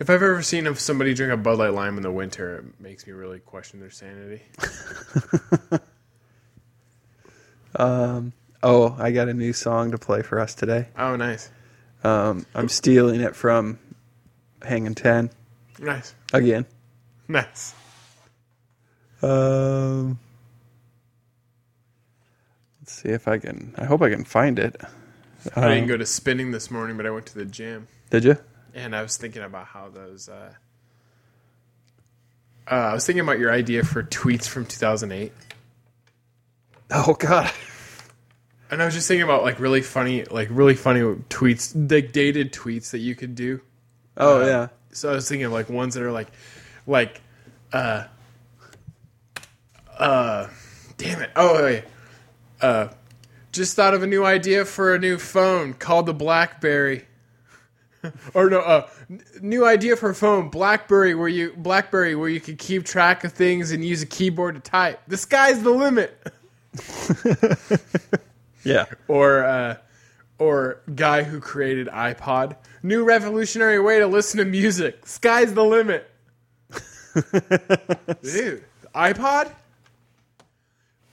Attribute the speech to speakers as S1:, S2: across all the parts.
S1: If I've ever seen if somebody drink a Bud Light Lime in the winter, it makes me really question their sanity.
S2: Oh, I got a new song to play for us today.
S1: Oh, nice,
S2: Um, I'm stealing it from Hanging Ten
S1: nice,
S2: again.
S1: nice.
S2: Um, let's see if I can. I hope I can find it.
S1: I didn't
S2: Um,
S1: go to spinning this morning, but I went to the gym,
S2: Did you?
S1: and I was thinking about how those. Uh, uh, I was thinking about your idea for tweets from 2008,
S2: Oh God.
S1: and I was just thinking about like really funny, like really funny tweets, like dated tweets that you could do.
S2: Oh yeah.
S1: so I was thinking like ones that are like, like, uh, uh, damn it. Oh, yeah. Uh, just thought of a new idea for a new phone called the BlackBerry. or no, uh, n- new idea for a phone, BlackBerry, where you BlackBerry, where you can keep track of things and use a keyboard to type. The sky's the limit.
S2: Yeah.
S1: Or, uh, or guy who created iPod. New revolutionary way to listen to music. Sky's the limit. Dude, iPod?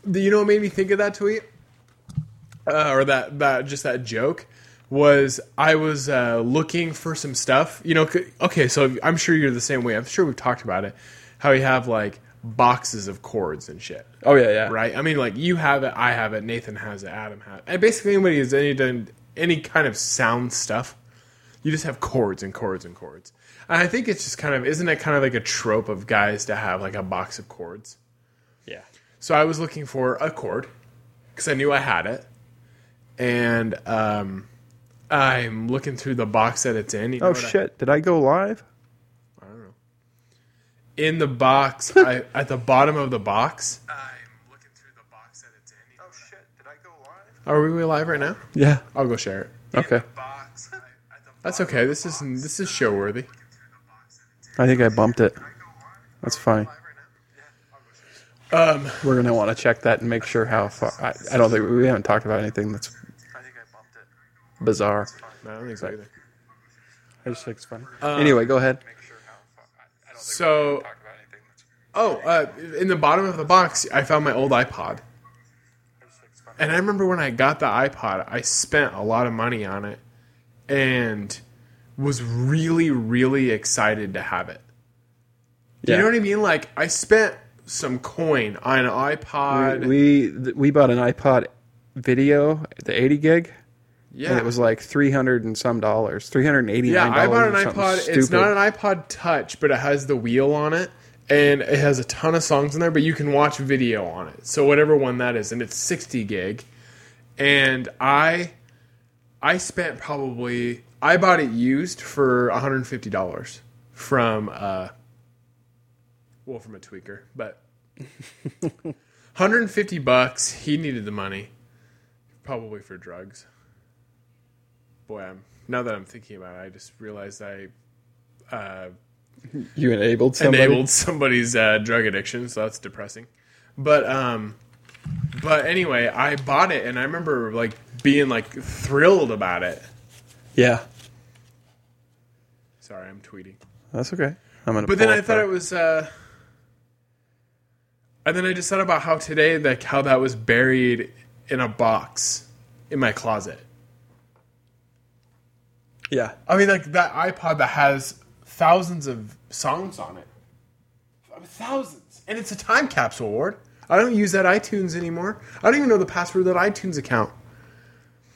S1: Do You know what made me think of that tweet? Uh, or that, that just that joke was I was uh, looking for some stuff. You know, c- okay, so I'm sure you're the same way. I'm sure we've talked about it. How you have like boxes of cords and shit
S2: Oh yeah. Yeah.
S1: right? I mean, like you have it, I have it, Nathan has it, Adam has it. And basically, anybody has any done any kind of sound stuff, you just have chords and chords and chords. And I think it's just kind of isn't it kind of like a trope of guys to have like a box of chords?
S2: Yeah.
S1: So I was looking for a chord because I knew I had it, and um, I'm looking through the box that it's in. You know
S2: Oh
S1: what I-
S2: shit! Did I go live?
S1: in the box, I, at the bottom of the box. I'm looking through the box that it's in. Oh shit! Did I go live? Are we live right now?
S2: Yeah.
S1: I'll go share it.
S2: Okay.
S1: That's okay. This is this is show worthy.
S2: I think I bumped it. That's fine.
S1: Um,
S2: We're gonna want to check that and make sure how far. I, I don't think we haven't talked about anything that's bizarre.
S1: no, I don't think so either.
S2: I just think it's funny.
S1: Uh,
S2: anyway, go ahead.
S1: So, oh, uh, in the bottom of the box, I found my old iPod. And I remember when I got the iPod, I spent a lot of money on it, and was really really excited to have it. Do
S2: Yeah.
S1: You know what I mean? Like I spent some coin on an iPod.
S2: we th- we bought an iPod video, the 80 gig,
S1: yeah,
S2: and it was like 300 and some dollars, 389
S1: Yeah, I bought an
S2: or something
S1: iPod. It's
S2: stupid.
S1: not an iPod Touch, but it has the wheel on it, and it has a ton of songs in there. But you can watch video on it. So whatever one that is, and it's sixty gig. And I, I spent probably I bought it used for one hundred and fifty dollars from uh, well from a tweaker, but one hundred and fifty bucks. He needed the money, probably for drugs boy, I'm now that I'm thinking about it, I just realized I uh,
S2: you enabled somebody.
S1: enabled somebody's uh, drug addiction, so that's depressing. But um, but anyway, I bought it, and I remember like being like thrilled about it.
S2: Yeah,
S1: Sorry, I'm tweeting.
S2: that's okay. I'm gonna.
S1: But then
S2: pull
S1: I
S2: up
S1: thought
S2: the-
S1: it was. Uh, and then I just thought about how today, like how that was buried in a box in my closet.
S2: Yeah,
S1: I mean, like that iPod that has thousands of songs on it. I mean, thousands. And it's a time capsule, Ward. I don't use that iTunes anymore. I don't even know the password to that iTunes account.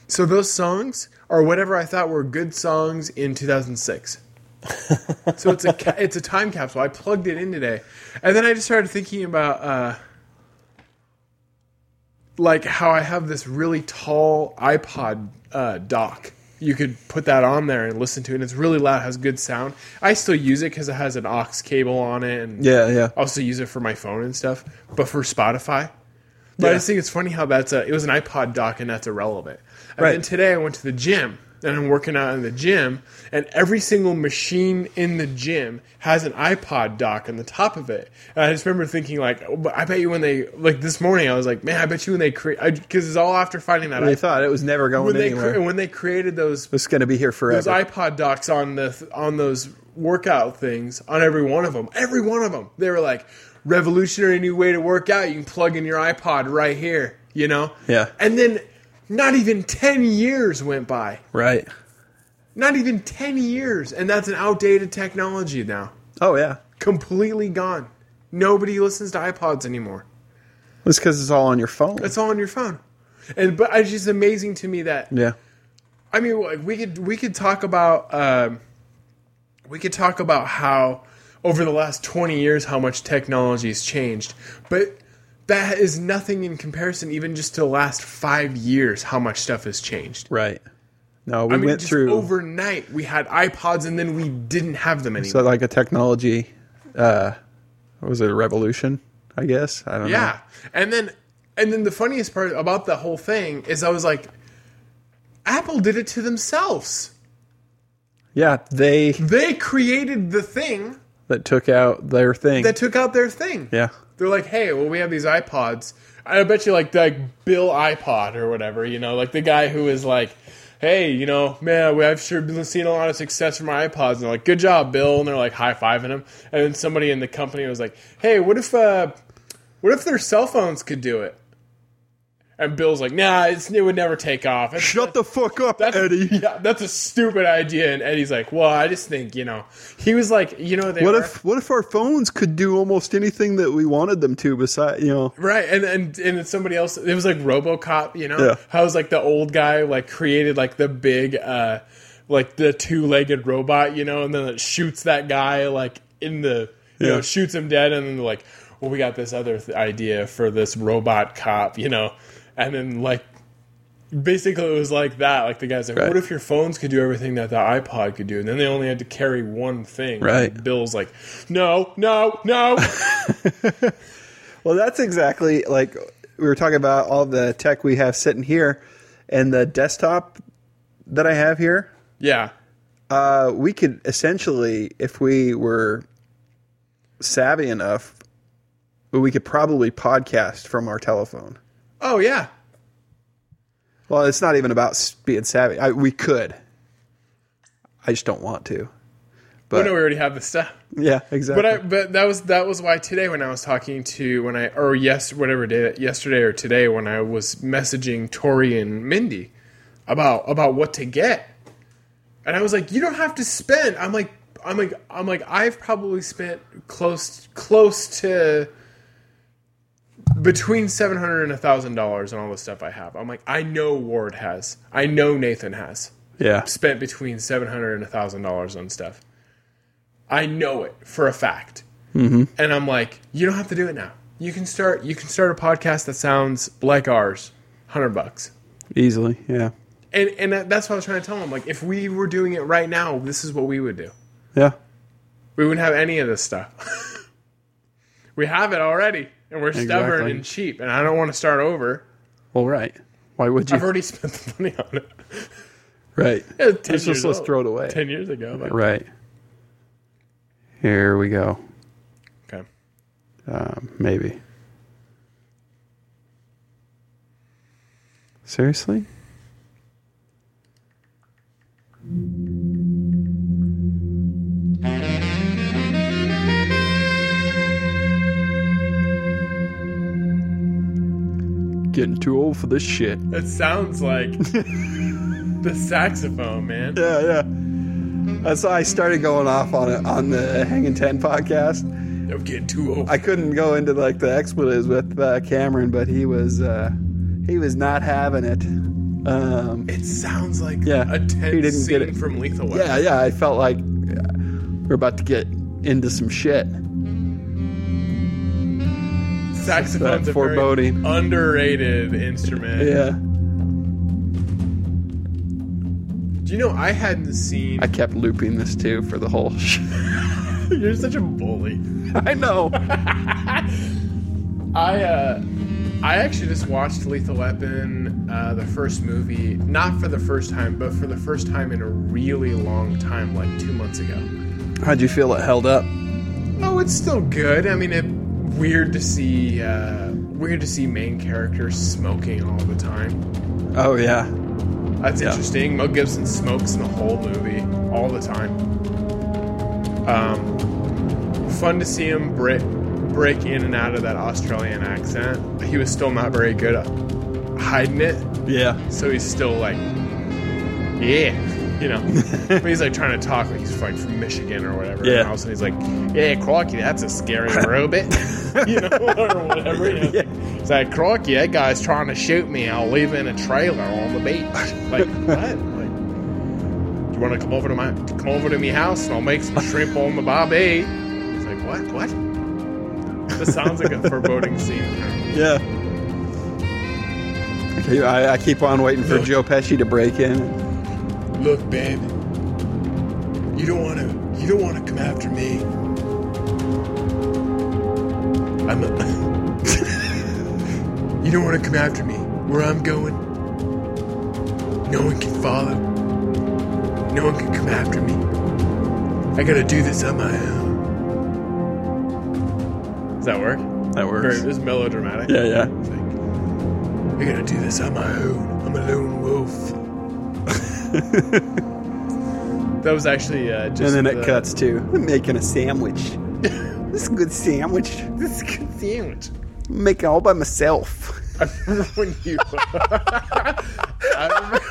S1: So those songs are whatever I thought were good songs in 2006. so it's a ca- it's a time capsule. I plugged it in today, and then I just started thinking about uh, like how I have this really tall iPod uh, dock. You could put that on there and listen to it. And it's really loud, has good sound. I still use it because it has an aux cable on it, and
S2: yeah, yeah.
S1: I also use it for my phone and stuff, but for Spotify. But I
S2: Yeah.
S1: just think it's funny how that's a it was an iPod dock and that's irrelevant. And
S2: Right.
S1: then today I went to the gym and I'm working out in the gym, and every single machine in the gym has an iPod dock on the top of it. And I just remember thinking, like, oh, but I bet you when they like this morning, I was like, man, I bet you when they create because it's all after finding that
S2: They
S1: iPod.
S2: thought it was never going
S1: When they
S2: anywhere.
S1: cre- when they created those
S2: it's going to be here
S1: those
S2: forever.
S1: iPod docs on the th- on those workout things on every one of them. Every one of them. They were like revolutionary new way to work out. You can plug in your iPod right here, you know?
S2: Yeah.
S1: And then not even 10 years went by.
S2: right.
S1: Not even 10 years and that's an outdated technology now.
S2: Oh yeah.
S1: Completely gone. Nobody listens to iPods anymore.
S2: It's because it's all on your phone.
S1: It's all on your phone. And but it's just amazing to me that
S2: yeah.
S1: I mean, like, we could we could talk about um, we could talk about how over the last twenty years how much technology has changed, but that is nothing in comparison, even just to the last five years, how much stuff has changed.
S2: Right. No, we
S1: I mean,
S2: went
S1: just
S2: through
S1: overnight we had iPods, and then we didn't have them anymore.
S2: so like a technology. Uh, what was it a revolution? I guess I don't know.
S1: Yeah. And then and then the funniest part about the whole thing is I was like, Apple did it to themselves.
S2: Yeah. They
S1: They created the thing
S2: that took out their thing.
S1: that took out their thing.
S2: yeah.
S1: they're like, hey, well, we have these iPods. I bet you like like Bill iPod or whatever, you know, like the guy who is like, hey, you know, man, we- I've sure been seeing a lot of success from my iPods. And they're like, good job, Bill, and they're like high fiving him. And then somebody in the company was like, hey, what if uh, what if their cell phones could do it? And Bill's like, nah, it's, it would never take off. It's-
S2: Shut the fuck up,
S1: that's-
S2: Eddie.
S1: Yeah, that's a stupid idea. And Eddie's like, well, I just think, you know, he was like, you know, they
S2: What
S1: were-
S2: if what if our phones could do almost anything that we wanted them to? Besides, you know,
S1: Right, and and and it's somebody else. It was like RoboCop, you know.
S2: Yeah.
S1: How it was like the old guy like created like the big, uh like the two-legged robot, you know, and then it shoots that guy like in the, you
S2: Yeah.
S1: know, shoots him dead, and then they're like, well, we got this other th- idea for this robot cop, you know, and then like. Basically, it was like that. Like the guys, like,
S2: Right.
S1: what if your phones could do everything that the iPod could do? And then they only had to carry one thing.
S2: Right.
S1: And Bill's like, no, no, no.
S2: Well, that's exactly like we were talking about all the tech we have sitting here, and the desktop that I have here.
S1: yeah,
S2: Uh, we could essentially, if we were savvy enough, we could probably podcast from our telephone.
S1: oh yeah.
S2: Well, it's not even about s- being savvy. I, we could. I just don't want to.
S1: Oh
S2: But
S1: no, we already have the stuff.
S2: yeah, exactly.
S1: But I, but that was that was why today when I was talking to when I or yes whatever day yesterday or today when I was messaging Tori and Mindy about about what to get, and I was like, you don't have to spend. I'm like I'm like I'm like I've probably spent close close to between seven hundred and a thousand dollars on all the stuff I have. I'm like I know Ward has. I know Nathan has
S2: yeah,
S1: spent between seven hundred and thousand dollars on stuff. I know it for a fact, mm-hmm. and I'm like, you don't have to do it now. You can start. You can start a podcast that sounds like ours, hundred bucks.
S2: easily. Yeah,
S1: And and that- that's what I was trying to tell him. Like, if we were doing it right now, this is what we would do.
S2: yeah.
S1: We wouldn't have any of this stuff. we have it already, and we're stubborn
S2: Exactly.
S1: and cheap. And I don't want to start over.
S2: Well, right. Why would
S1: I've
S2: you?
S1: already spent the money on it.
S2: Right.
S1: It's
S2: Let's just let's throw it away.
S1: Ten years ago. Like,
S2: Right. Here we go.
S1: okay.
S2: Um, maybe. Seriously? Getting too old for this shit.
S1: It sounds like the saxophone, man.
S2: Yeah, yeah. That's why I started going off on it on the Hanging Ten podcast.
S1: I'm getting too old.
S2: I couldn't go into like the expletives with uh, Cameron, but he was uh, he was not having it. Um,
S1: it sounds like
S2: Yeah,
S1: a tense
S2: he didn't
S1: scene
S2: get it.
S1: from Lethal Weapon.
S2: yeah, yeah, I felt like uh, we're about to get into some shit.
S1: Saxophone's
S2: That
S1: a very
S2: foreboding.
S1: underrated instrument.
S2: Yeah,
S1: Do you know I hadn't seen?
S2: I kept looping this too for the whole. Sh-
S1: You're such a bully.
S2: I know.
S1: I uh, I actually just watched Lethal Weapon, uh, the first movie, not for the first time, but for the first time in a really long time, like two months ago.
S2: How'd you feel it held up?
S1: Oh, it's still good. I mean, it weird to see uh, weird to see main characters smoking all the time.
S2: Oh yeah.
S1: That's interesting. Mel Gibson smokes in the whole movie all the time. Um, fun to see him break break in and out of that Australian accent. He was still not very good at hiding it.
S2: Yeah.
S1: So he's still like, yeah, you know. but he's like trying to talk like he's like from Michigan or whatever.
S2: Yeah.
S1: And all of a sudden he's like, yeah, crikey, that's a scary robot, you know, or whatever. You know?
S2: Yeah.
S1: It's like, crikey, that guy's trying to shoot me. I'll leave in a trailer on the beach. Like what? Like, you want to come over to my come over to me house and I'll make some shrimp on the barbie? It's like what? What? This sounds like a foreboding scene.
S2: Yeah. Okay, I, I keep on waiting for
S1: No.
S2: Joe Pesci to break in.
S1: Look, babe. You don't want to. You don't want to come after me. I'm. A you don't want to come after me. Where I'm going, no one can follow. No one can come after me. I gotta do this on my own. Does that work?
S2: That works.
S1: Very- it's melodramatic.
S2: Yeah, yeah.
S1: It's like, I gotta do this on my own. I'm a lone wolf. that was actually uh, just.
S2: And then it
S1: the-
S2: cuts to I'm making a sandwich. this is a good sandwich.
S1: This is a good sandwich.
S2: Make it all by myself.
S1: I remember when you. I remember-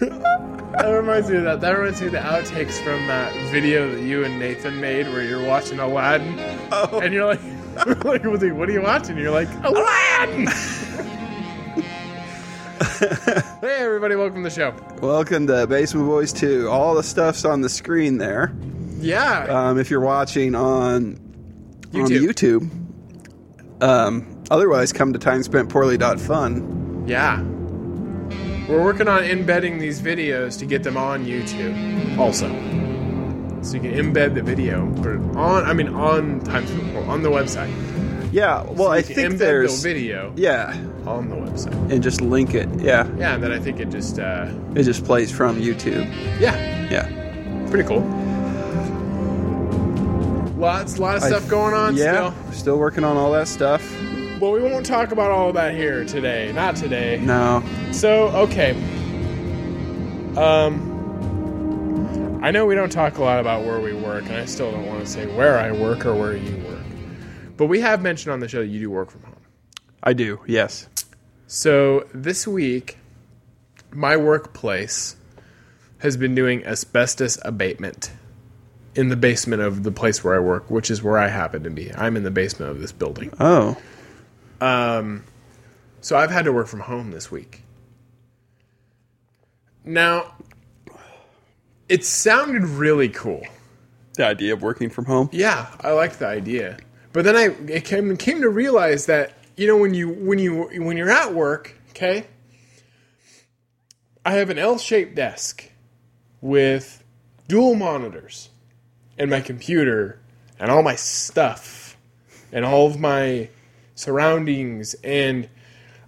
S1: that reminds me of that. That reminds me of the outtakes from that video that you and Nathan made where you're watching Aladdin.
S2: Oh.
S1: And you're like, like, what are you- what are you watching? You're like, Aladdin! hey, everybody, welcome to the show.
S2: Welcome to Basement Boys 2. All the stuff's on the screen there.
S1: Yeah.
S2: Um, if you're watching on on
S1: YouTube.
S2: YouTube. Um, otherwise, come to timespentpoorly.fun.
S1: yeah. We're working on embedding these videos to get them on YouTube also. So you can embed the video and put it on, I mean, on Times Before, on the website.
S2: Yeah, well, I
S1: You can
S2: think
S1: embed
S2: there's
S1: the video
S2: yeah,
S1: on the website.
S2: and just link it. Yeah,
S1: Yeah, and then I think it just, uh,
S2: it just plays from YouTube.
S1: yeah,
S2: Yeah,
S1: pretty cool. Lots, lot of stuff going on
S2: Yeah,
S1: still.
S2: still working on all that stuff.
S1: But we won't talk about all of that here today. Not today.
S2: No,
S1: So okay. Um, I know we don't talk a lot about where we work, and I still don't want to say where I work or where you work. But we have mentioned on the show that you do work from home.
S2: I do. Yes.
S1: So this week, my workplace has been doing asbestos abatement in the basement of the place where I work, which is where I happen to be. I'm in the basement of this building.
S2: Oh,
S1: So I've had to work from home this week. Now, it sounded really cool.
S2: the idea of working from home.
S1: Yeah, I like the idea. But then I it came came to realize that you know when you when you when you're at work, okay? I have an L-shaped desk with dual monitors and my computer and all my stuff and all of my surroundings and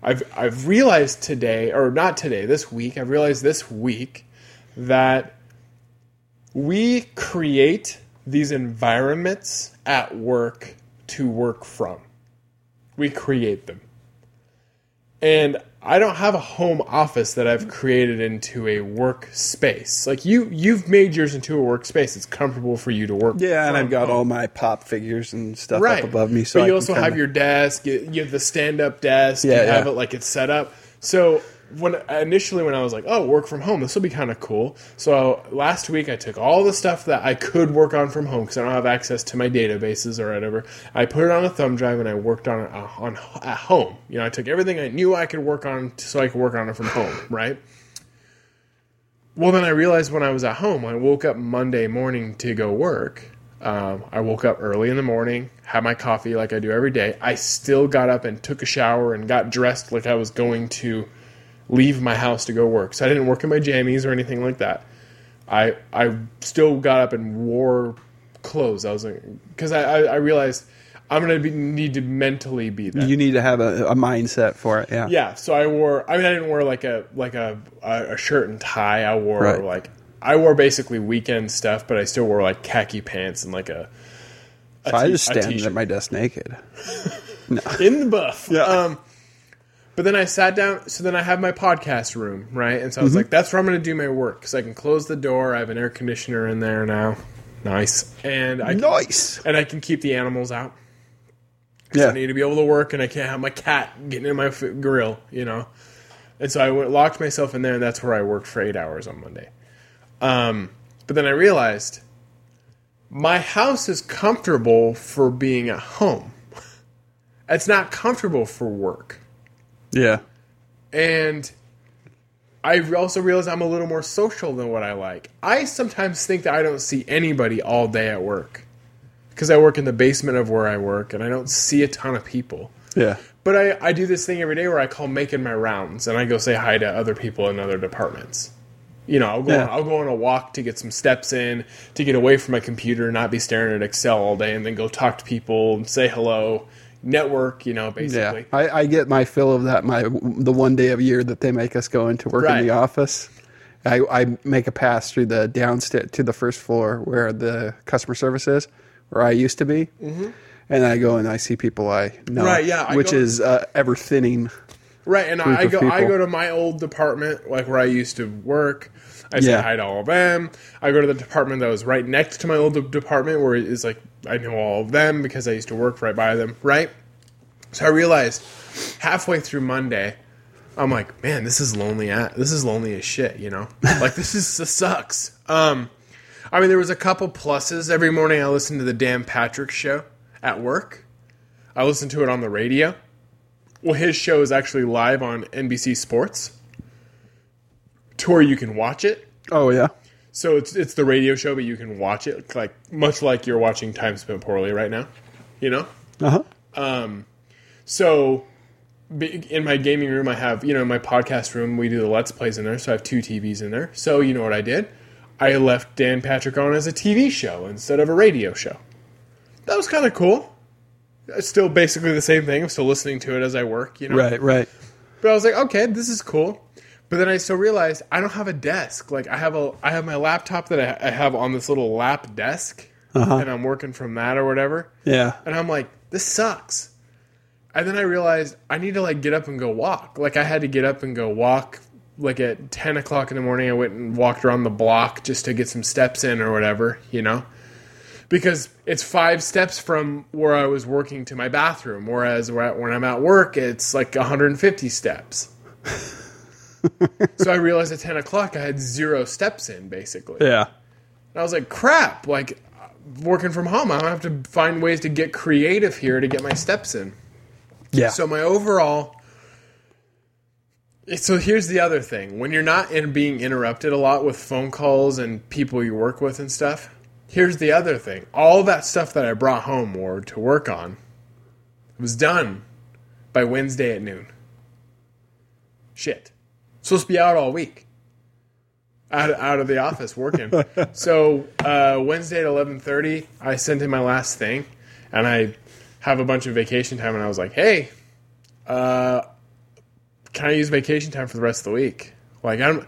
S1: I've I've realized today or not today this week I've realized this week that we create these environments at work to work from. We create them. And I don't have a home office that I've created into a work space. Like you you've made yours into a workspace. It's comfortable for you to work.
S2: Yeah, and
S1: from
S2: I've got all my pop figures and stuff
S1: right
S2: up above me. So
S1: but
S2: I
S1: you
S2: can
S1: also have
S2: kinda-
S1: your desk you you have the stand-up desk you
S2: Yeah,
S1: have
S2: yeah.
S1: it like it's set up so when initially when i was like oh work from home this will be kind of cool so last week i took all the stuff that i could work on from home because i don't have access to my databases or whatever i put it on a thumb drive and i worked on it uh, on at home you know i took everything i knew i could work on so i could work on it from home right well, then I realized when I was at home, when I woke up Monday morning to go work. Um, I woke up early in the morning, had my coffee like I do every day. I still got up and took a shower and got dressed like I was going to leave my house to go work. So I didn't work in my jammies or anything like that. I I still got up and wore clothes. I was because I, I I realized I'm gonna be, need to mentally be there.
S2: You need to have a, a mindset for it. Yeah.
S1: Yeah, so I wore. I mean, I didn't wear like a like a a a shirt and tie. I wore
S2: Right.
S1: like I wore basically weekend stuff, but I still wore like khaki pants and like a. a
S2: So I
S1: t-
S2: just
S1: a
S2: stand
S1: t-shirt.
S2: at my desk naked.
S1: in the buff.
S2: Yeah.
S1: Um, but then I sat down. So then I have my podcast room, right? And so I
S2: Mm-hmm.
S1: was like, that's where I'm going to do my work because I can close the door. I have an air conditioner in there now. Nice. And I can,
S2: Nice.
S1: and I can keep the animals out. I
S2: Yeah.
S1: need to be able to work, and I can't have my cat getting in my f- grill, you know. And so I went, locked myself in there, and that's where I worked for eight hours on Monday. Um, but then I realized my house is comfortable for being at home. It's not comfortable for work,
S2: Yeah.
S1: and I also realized I'm a little more social than what I like. I sometimes think that I don't see anybody all day at work because I work in the basement of where I work, and I don't see a ton of people.
S2: Yeah.
S1: But I, I do this thing every day where I call making my rounds and I go say hi to other people in other departments. You know, I'll go
S2: Yeah.
S1: I'll go on a walk to get some steps in, to get away from my computer, not be staring at Excel all day, and then go talk to people and say hello, network. You know,
S2: Yeah.
S1: basically.
S2: I, I get my fill of that. My the one day of year that they make us go into work in
S1: Right.
S2: the office. I, I make a pass through the downstairs to the first floor where the customer service is, where I used to be, mm-hmm. and I go and I see people I know,
S1: Right, yeah, I
S2: which
S1: go-
S2: is uh, ever thinning.
S1: Right, and I, I
S2: of
S1: go I
S2: people.
S1: go to my old department, like where I used to work. I say
S2: Yeah.
S1: hi to all of them. I go to the department that was right next to my old de- department, where it is like I know all of them because I used to work right by them. Right, so I realized halfway through Monday, I'm like, man, this is lonely. a- This is lonely as shit. You know, like this is this sucks. Um, I mean, there was a couple pluses. Every morning, I listened to the Dan Patrick show at work. I listened to it on the radio. Well, his show is actually live on NBC Sports, to where you can watch it.
S2: Oh yeah,
S1: So it's it's the radio show, but you can watch it like much like you're watching Time Spent Poorly right now, you know.
S2: uh huh.
S1: So be- in my gaming room, I have you know in my podcast room we do the Let's Plays in there, so I have two TVs in there. So you know what I did? I left Dan Patrick on as a TV show instead of a radio show. That was kind of cool. It's still basically the same thing. I'm still listening to it as I work, you know.
S2: Right, right.
S1: But I was like, okay, this is cool. But then I still realized I don't have a desk. Like I have a I have my laptop that I, I have on this little lap desk, and I'm working from that or whatever.
S2: Yeah,
S1: And I'm like, this sucks. And then I realized I need to like get up and go walk. Like I had to get up and go walk. Like at ten o'clock in the morning, I went and walked around the block just to get some steps in or whatever, you know, because it's five steps from where I was working to my bathroom. Whereas where- when I'm at work, it's like 150 steps. so I realized at ten o'clock I had zero steps in basically.
S2: yeah,
S1: And I was like, crap, like working from home, I'm gonna have to find ways to get creative here to get my steps in.
S2: yeah.
S1: So my overall so here's the other thing. When you're not in being interrupted a lot with phone calls and people you work with and stuff, here's the other thing. All that stuff that I brought home or to work on was done by Wednesday at noon. Shit. Supposed to be out all week. Out, out of the office working. so uh, Wednesday at eleven thirty, I sent in my last thing, and I have a bunch of vacation time, and I was like, "Hey, uh, can I use vacation time for the rest of the week?" Like I'm,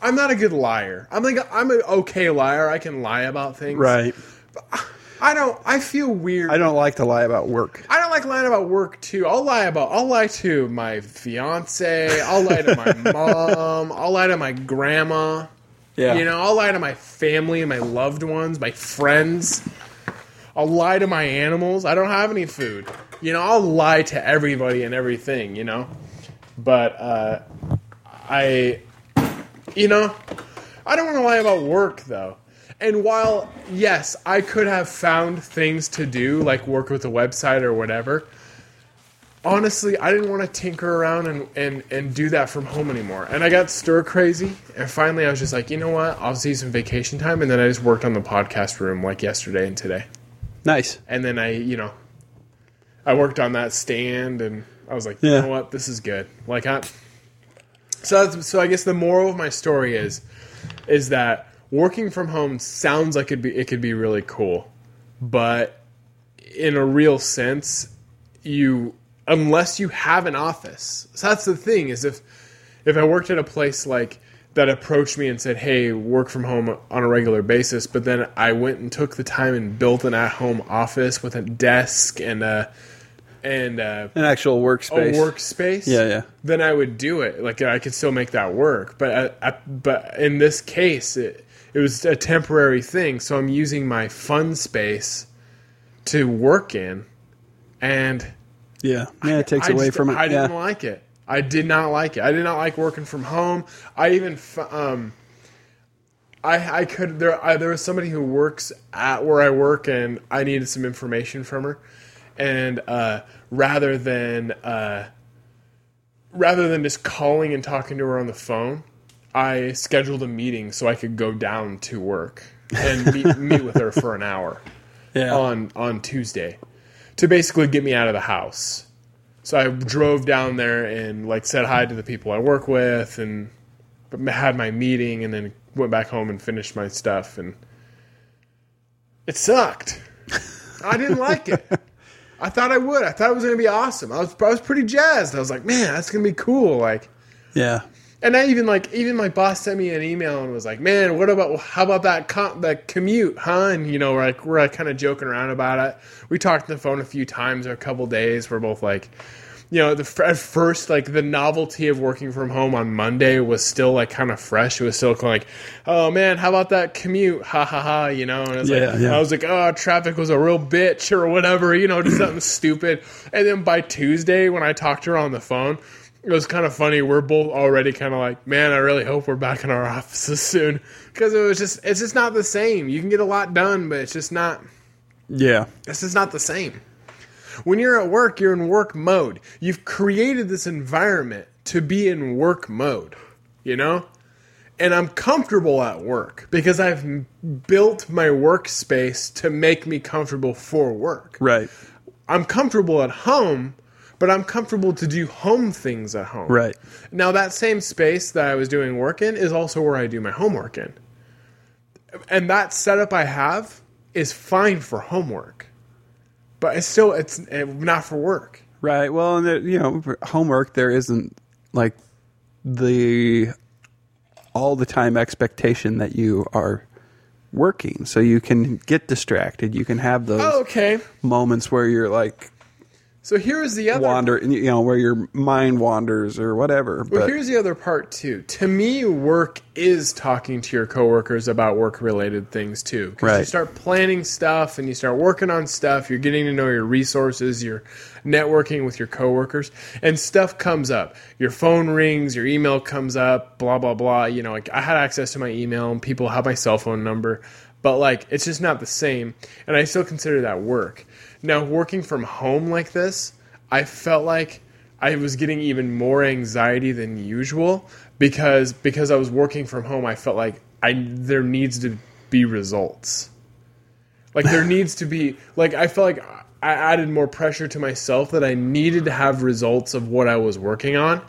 S1: I'm not a good liar. I'm like I'm an okay liar. I can lie about things.
S2: right.
S1: I don't. I feel weird.
S2: I don't like to lie about work.
S1: I don't like lying about work too. I'll lie about I'll lie to my fiance. I'll lie to my mom. I'll lie to my grandma.
S2: Yeah,
S1: You know, I'll lie to my family and my loved ones, my friends. I'll lie to my animals. I don't have any food. You know, I'll lie to everybody and everything, you know. But uh I you know, I don't want to lie about work though. And while yes, I could have found things to do like work with a website or whatever, honestly, I didn't want to tinker around and, and, and do that from home anymore. And I got stir crazy. And finally, I was just like, you know what? I'll see some vacation time. And then I just worked on the podcast room like yesterday and today.
S2: nice.
S1: And then I, you know, I worked on that stand and I was like, you
S2: Yeah.
S1: know what? This is good. Like, I. So, that's, so I guess the moral of my story is, is that working from home sounds like it be it could be really cool, but in a real sense you unless you have an office. So that's the thing is if if I worked at a place like that approached me and said, "Hey, work from home on a regular basis," but then I went and took the time and built an at-home office with a desk and a and a,
S2: An actual
S1: a
S2: workspace.
S1: workspace.
S2: Yeah, yeah.
S1: Then I would do it. Like I could still make that work. But uh, I, I, but in this case, it it was a temporary thing. So I'm using my fun space to work in, and
S2: Yeah. Yeah, it takes
S1: I
S2: away
S1: just-
S2: from it.
S1: I
S2: yeah.
S1: didn't like it. I did not like it. I did not like working from home. I even f- um, I I could there I, there was somebody who works at where I work, and I needed some information from her, and uh, rather than uh, rather than just calling and talking to her on the phone, I scheduled a meeting so I could go down to work and meet, meet with her for an hour
S2: yeah.
S1: on on Tuesday to basically get me out of the house. So I drove down there and like said hi to the people I work with and had my meeting and then went back home and finished my stuff and it sucked. I didn't like it. I thought I would. I thought it was going to be awesome. I was I was pretty jazzed. I was like, "Man, that's going to be cool." Like
S2: yeah.
S1: and I even like even my boss sent me an email and was like, "Man, what about how about that com- that commute, huh?" And you know, we're like we're like, kind of joking around about it. We talked on the phone a few times or a couple days. We're both like, you know, the fr- at first like the novelty of working from home on Monday was still like kind of fresh. It was still kind of like, "Oh man, how about that commute?" Ha ha ha, you know. And it's
S2: Yeah,
S1: like
S2: yeah.
S1: I was like, "Oh, traffic was a real bitch" or whatever, you know, just something stupid. And then by Tuesday when I talked to her on the phone, it was kind of funny. We're both already kind of like, man, I really hope we're back in our offices soon because it was just, it's just not the same. You can get a lot done, but it's just not,
S2: Yeah.
S1: it's just not the same. When you're at work, you're in work mode. You've created this environment to be in work mode, you know? And I'm comfortable at work because I've m- built my workspace to make me comfortable for work.
S2: Right.
S1: I'm comfortable at home, but I'm comfortable to do home things at home.
S2: Right.
S1: Now that same space that I was doing work in is also where I do my homework in. And that setup I have is fine for homework. But it's still it's eh, not for work.
S2: Right. Well, and there, you know, for homework there isn't like the all the time expectation that you are working, so you can get distracted. You can have those
S1: Okay.
S2: moments where you're like
S1: So here's the other
S2: wander, you know, where your mind wanders or whatever.
S1: Well,
S2: but
S1: here's the other part too. To me, work is talking to your coworkers about work-related things too. Because you
S2: Right.
S1: start planning stuff and you start working on stuff. You're getting to know your resources. You're networking with your coworkers, and stuff comes up. Your phone rings. Your email comes up. Blah blah blah. You know, like I had access to my email, and people have my cell phone number, but like it's just not the same. And I still consider that work. Now, working from home like this, I felt like I was getting even more anxiety than usual because because I was working from home. I felt like I there needs to be results. Like there needs to be like I felt like I added more pressure to myself that I needed to have results of what I was working on,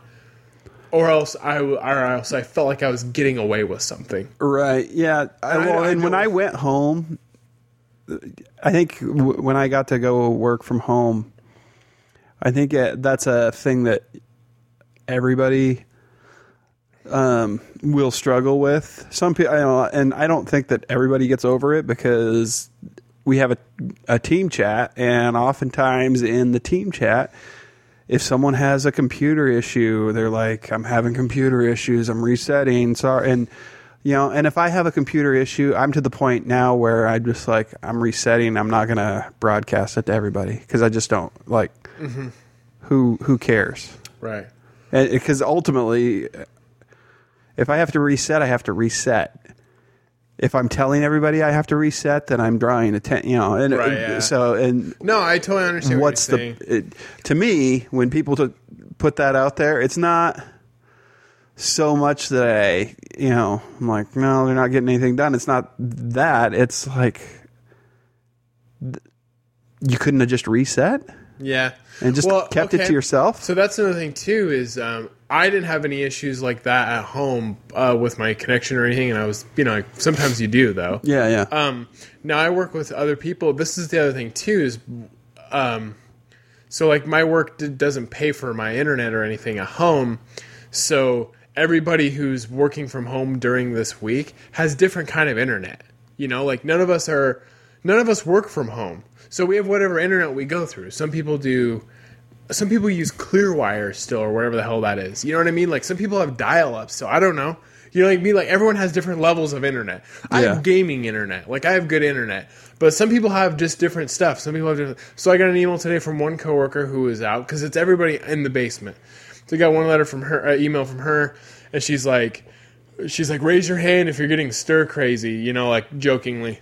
S1: or else I w- or else I felt like I was getting away with something.
S2: Right. Yeah. I, well,
S1: I
S2: and when
S1: don't-
S2: I went home, I think w- when I got to go work from home, I think uh, that's a thing that everybody um, will struggle with. Some people, and I don't think that everybody gets over it because we have a, a team chat, and oftentimes in the team chat, if someone has a computer issue, they're like, I'm having computer issues, I'm resetting, sorry. And, you know, and if I have a computer issue, I'm to the point now where I just like, I'm resetting, I'm not going to broadcast it to everybody because I just don't like,
S1: Mm-hmm.
S2: who, who cares?
S1: Right.
S2: Because ultimately, if I have to reset, I have to reset. If I'm telling everybody I have to reset, then I'm drawing attention, you know, and
S1: Right, yeah.
S2: so, and
S1: No, I totally understand.
S2: what's
S1: what you're
S2: the
S1: saying.
S2: it, to me when people to put that out there it's not so much that i you know i'm like no they're not getting anything done it's not that it's like th- you couldn't have just reset
S1: Yeah.
S2: and just
S1: Well,
S2: kept it
S1: okay.
S2: to yourself.
S1: So that's another thing too is um, I didn't have any issues like that at home uh, with my connection or anything, and I was you know sometimes you do though.
S2: yeah, yeah.
S1: Um, now I work with other people. This is the other thing too is, um, so like my work d- doesn't pay for my internet or anything at home, so everybody who's working from home during this week has different kind of internet. You know, like none of us are, none of us work from home, so we have whatever internet we go through. Some people do. Some people use Clearwire still, or whatever the hell that is. You know what I mean? Like some people have dial-up, so I don't know. You know what I mean? Like everyone has different levels of internet. I
S2: Yeah.
S1: have gaming internet. Like I have good internet, but some people have just different stuff. Some people have different. So I got an email today from one coworker who was out because it's everybody in the basement. So I got one letter from her, uh, email from her, and she's like, she's like, raise your hand if you're getting stir crazy. You know, like jokingly.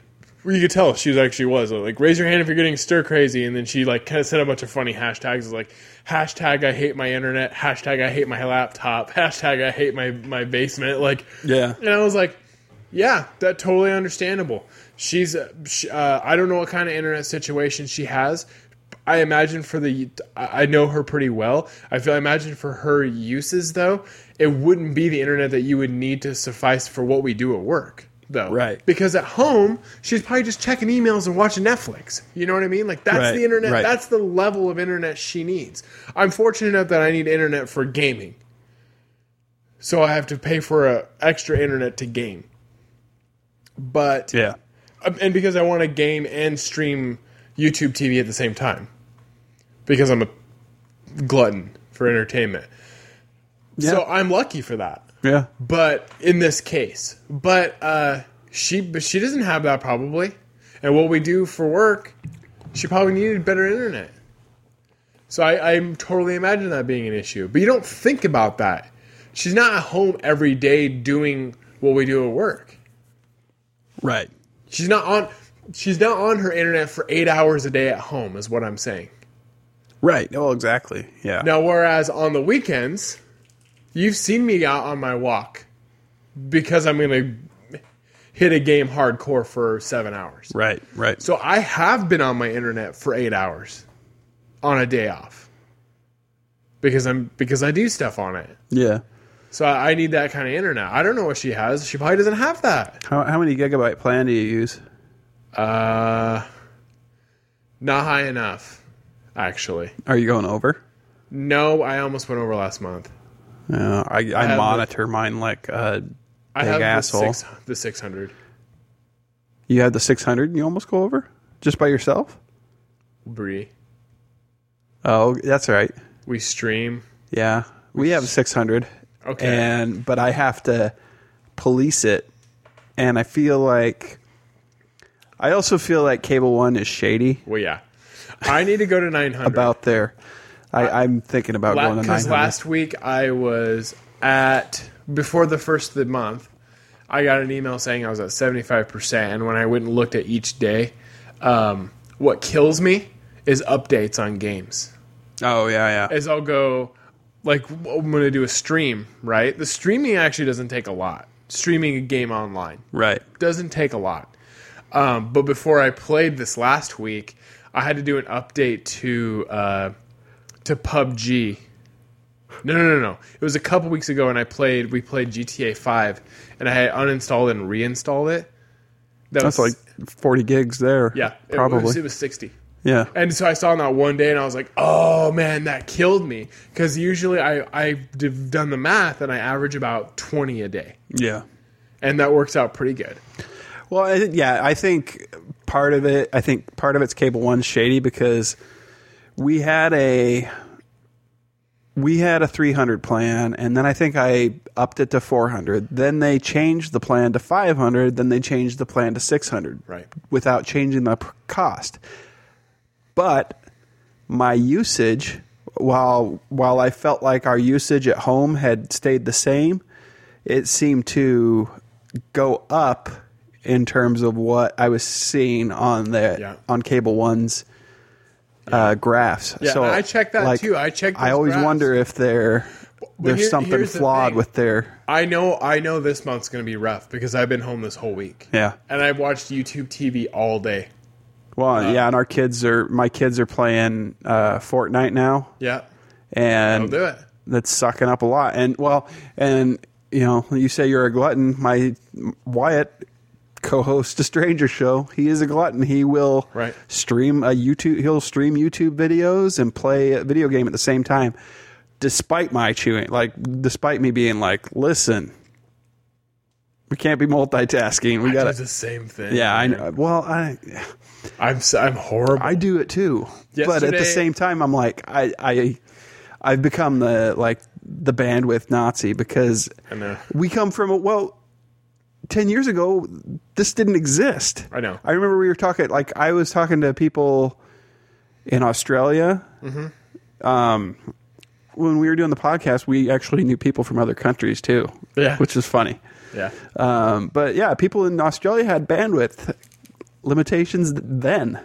S1: You could tell she was actually was like, raise your hand if you're getting stir crazy, and then she like kind of said a bunch of funny hashtags, It's like hashtag I hate my internet, hashtag I hate my laptop, hashtag I hate my my basement, like
S2: yeah.
S1: and I was like, yeah, that totally understandable. She's, uh, sh uh, I don't know what kind of internet situation she has. I imagine for the, I I know her pretty well. I feel, I imagine for her uses though, it wouldn't be the internet that you would need to suffice for what we do at work though.
S2: Right.
S1: Because at home, she's probably just checking emails and watching Netflix. You know what I mean? Like that's
S2: Right,
S1: the internet.
S2: right.
S1: That's the level of internet she needs. I'm fortunate enough that I need internet for gaming so I have to pay for a extra internet to game. But
S2: Yeah.
S1: um, and because I want to game and stream YouTube TV at the same time, because I'm a glutton for entertainment. So I'm lucky for that.
S2: Yeah.
S1: But in this case, but uh, she but she doesn't have that probably. And what we do for work, she probably needed better internet. So I, I totally imagine that being an issue. But you don't think about that. She's not at home every day doing what we do at work.
S2: Right.
S1: She's not on. She's not on her internet for eight hours a day at home. Is what I'm saying.
S2: Right. Well, exactly. Yeah.
S1: Now, whereas on the weekends, you've seen me out on my walk because I'm going to hit a game hardcore for seven hours.
S2: Right. Right.
S1: So I have been on my internet for eight hours on a day off because I'm because I do stuff on it.
S2: yeah.
S1: So I, I need that kind of internet. I don't know what she has. She probably doesn't have that.
S2: How, how many gigabyte plan do you use?
S1: Uh, not high enough, actually.
S2: Are you going over?
S1: No, I almost went over last month.
S2: Uh, I, I,
S1: have
S2: monitor mine like uh,
S1: I
S2: Big
S1: have
S2: asshole.
S1: the, six, the 600.
S2: you had the 600 and you almost go over just by yourself.
S1: Brie.
S2: Oh, that's all right.
S1: We stream.
S2: Yeah, we have 600.
S1: Okay.
S2: And but I have to police it, and I feel like I also feel like Cable One is shady
S1: Well, yeah. I need to go to 900.
S2: about there. I, I'm thinking about going to
S1: Because
S2: 900.
S1: last week I was at, before the first of the month, I got an email saying I was at 75%. And when I went and looked at each day, um, what kills me is updates on games.
S2: oh yeah, yeah,
S1: As I'll go, like, I'm going to do a stream, right? The streaming actually doesn't take a lot. Streaming a game online.
S2: right.
S1: doesn't take a lot. Um, but before I played this last week, I had to do an update to uh, to PUBG. No, no, no, no. It was a couple weeks ago, and I played. We played GTA Five, and I had uninstalled and reinstalled it. That
S2: That's like 40 gigs there.
S1: yeah, it
S2: probably.
S1: was- it was sixty.
S2: yeah,
S1: And so I saw him that one day, and I was like, "Oh man, that killed me." Because usually I I've done the math, and I average about twenty a day,
S2: yeah.
S1: and that works out pretty good.
S2: Well, I, think- yeah, I think part of it. I think part of it's Cable One shady because we had a we had a 300 plan, and then I think I upped it to 400. Then they changed the plan to 500. Then they changed the plan to 600.
S1: Right.
S2: Without changing the p- cost, but my usage while while I felt like our usage at home had stayed the same, it seemed to go up in terms of what I was seeing on the
S1: Yeah.
S2: on cable one's uh, graphs.
S1: Yeah,
S2: so
S1: I checked that
S2: like,
S1: too. I checked
S2: I
S1: those
S2: always
S1: graphs.
S2: wonder if there there's
S1: here-
S2: something
S1: here's the
S2: flawed
S1: thing.
S2: with their
S1: I know I know this month's going to be rough because I've been home this whole week.
S2: yeah
S1: And I've watched YouTube TV all day.
S2: Well, yeah, and our kids are my kids are playing uh, Fortnite now,
S1: Yeah,
S2: and
S1: I'll do it.
S2: that's sucking up a lot. And well, and you know, you say you're a glutton. My Wyatt co-hosts a stranger show. He is a glutton. He will
S1: Right.
S2: stream a YouTube. He'll stream YouTube videos and play a video game at the same time, despite my chewing. Like despite me being like, listen, we can't be multitasking. We
S1: I
S2: got
S1: do
S2: to.
S1: the same thing.
S2: Yeah, I know. Well, I
S1: I'm s- I'm horrible.
S2: I do it too. but at
S1: Yesterday-
S2: the same time, I'm like I I I've become the like the bandwidth Nazi because
S1: I know.
S2: we come from a well. Ten years ago, this didn't exist.
S1: I know.
S2: I remember we were talking like I was talking to people in Australia. Um,
S1: Mm-hmm.
S2: when we were doing the podcast, we actually knew people from other countries too.
S1: Yeah.
S2: which is funny.
S1: Yeah,
S2: Um, but yeah, people in Australia had bandwidth limitations then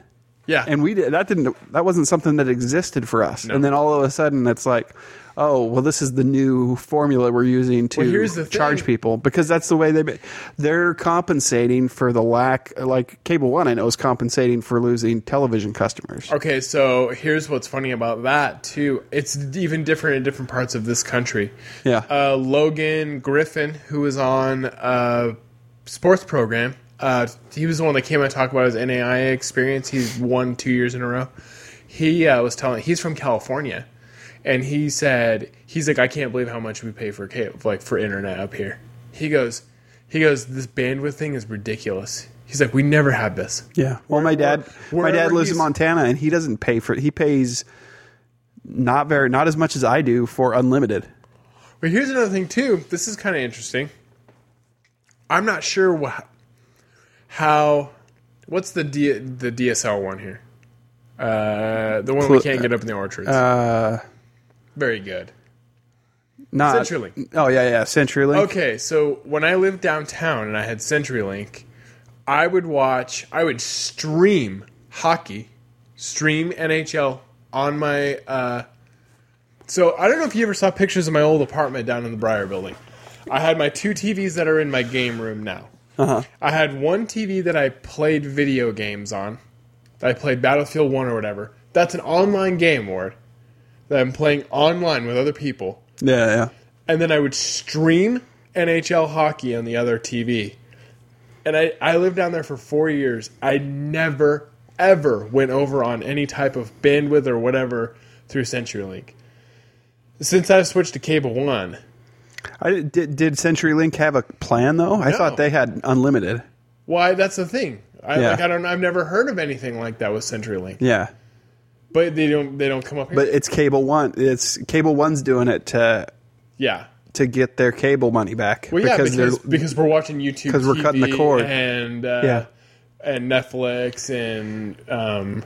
S1: yeah.
S2: and we did that didn't that wasn't something that existed for us and then all of a sudden it's like oh well this is the new formula we're using to
S1: here's the
S2: charge
S1: thing.
S2: people because that's the way they be- they're compensating for the lack like cable one i know is compensating for losing television customers
S1: Okay, so here's what's funny about that too. It's even different in different parts of this country.
S2: yeah
S1: Uh, Logan Griffin, who was on a sports program, uh, he was the one that came out and talked about his NAIA experience. He's won two years in a row. He uh, was telling he's from California, and he said he's like I can't believe how much we pay for cable, like for internet up here. He goes, he goes, this bandwidth thing is ridiculous. He's like, we never had this.
S2: yeah well my dad
S1: where-
S2: my dad
S1: wherever
S2: lives in
S1: he's-
S2: montana and he doesn't pay for he pays not very not as much as i do for unlimited
S1: But here's another thing too. This is kind of interesting. I'm not sure wha- how. What's the D, the DSL one here? Uh, the one we
S2: Clu-
S1: can't get up in the orchards. Very good.
S2: not
S1: CenturyLink.
S2: oh yeah yeah CenturyLink.
S1: Okay, so when I lived downtown and I had CenturyLink, I would watch, I would stream hockey, stream NHL on my. Uh, so I don't know if you ever saw pictures of my old apartment down in the Briar Building. I had my two TVs that are in my game room now. I had one TV that I played video games on. I played Battlefield 1 or whatever. That's an online game, Ward, that I'm playing online with other people
S2: yeah yeah
S1: and then I would stream NHL hockey on the other TV. And I, I lived down there for four years. I never, ever went over on any type of bandwidth or whatever through CenturyLink. Since I've switched to Cable One,
S2: I did. Did CenturyLink have a plan though? I thought they had unlimited.
S1: why? That's the thing. I,
S2: Yeah.
S1: like, I don't. I've never heard of anything like that with CenturyLink.
S2: Yeah,
S1: But they don't. They don't come up here.
S2: but it's Cable One. It's Cable One's doing it to
S1: yeah.
S2: to get their cable money back
S1: Well, yeah, because because,
S2: they're
S1: we're watching YouTube
S2: 'cause we're cutting the
S1: TV
S2: cord.
S1: and uh,
S2: Yeah.
S1: and Netflix and um,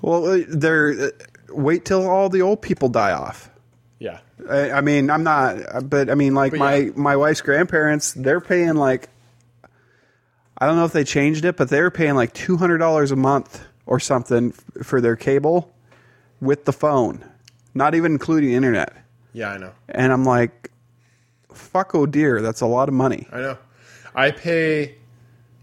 S2: well uh, they're wait till all the old people die off.
S1: yeah.
S2: I, I mean, I'm not, but I mean, like my
S1: yeah.
S2: my wife's grandparents, they're paying like I don't know if they changed it, but they were paying like two hundred dollars a month or something f- for their cable with the phone, not even including internet.
S1: Yeah, I know.
S2: and I'm like, fuck oh dear, that's a lot of money.
S1: I know. I pay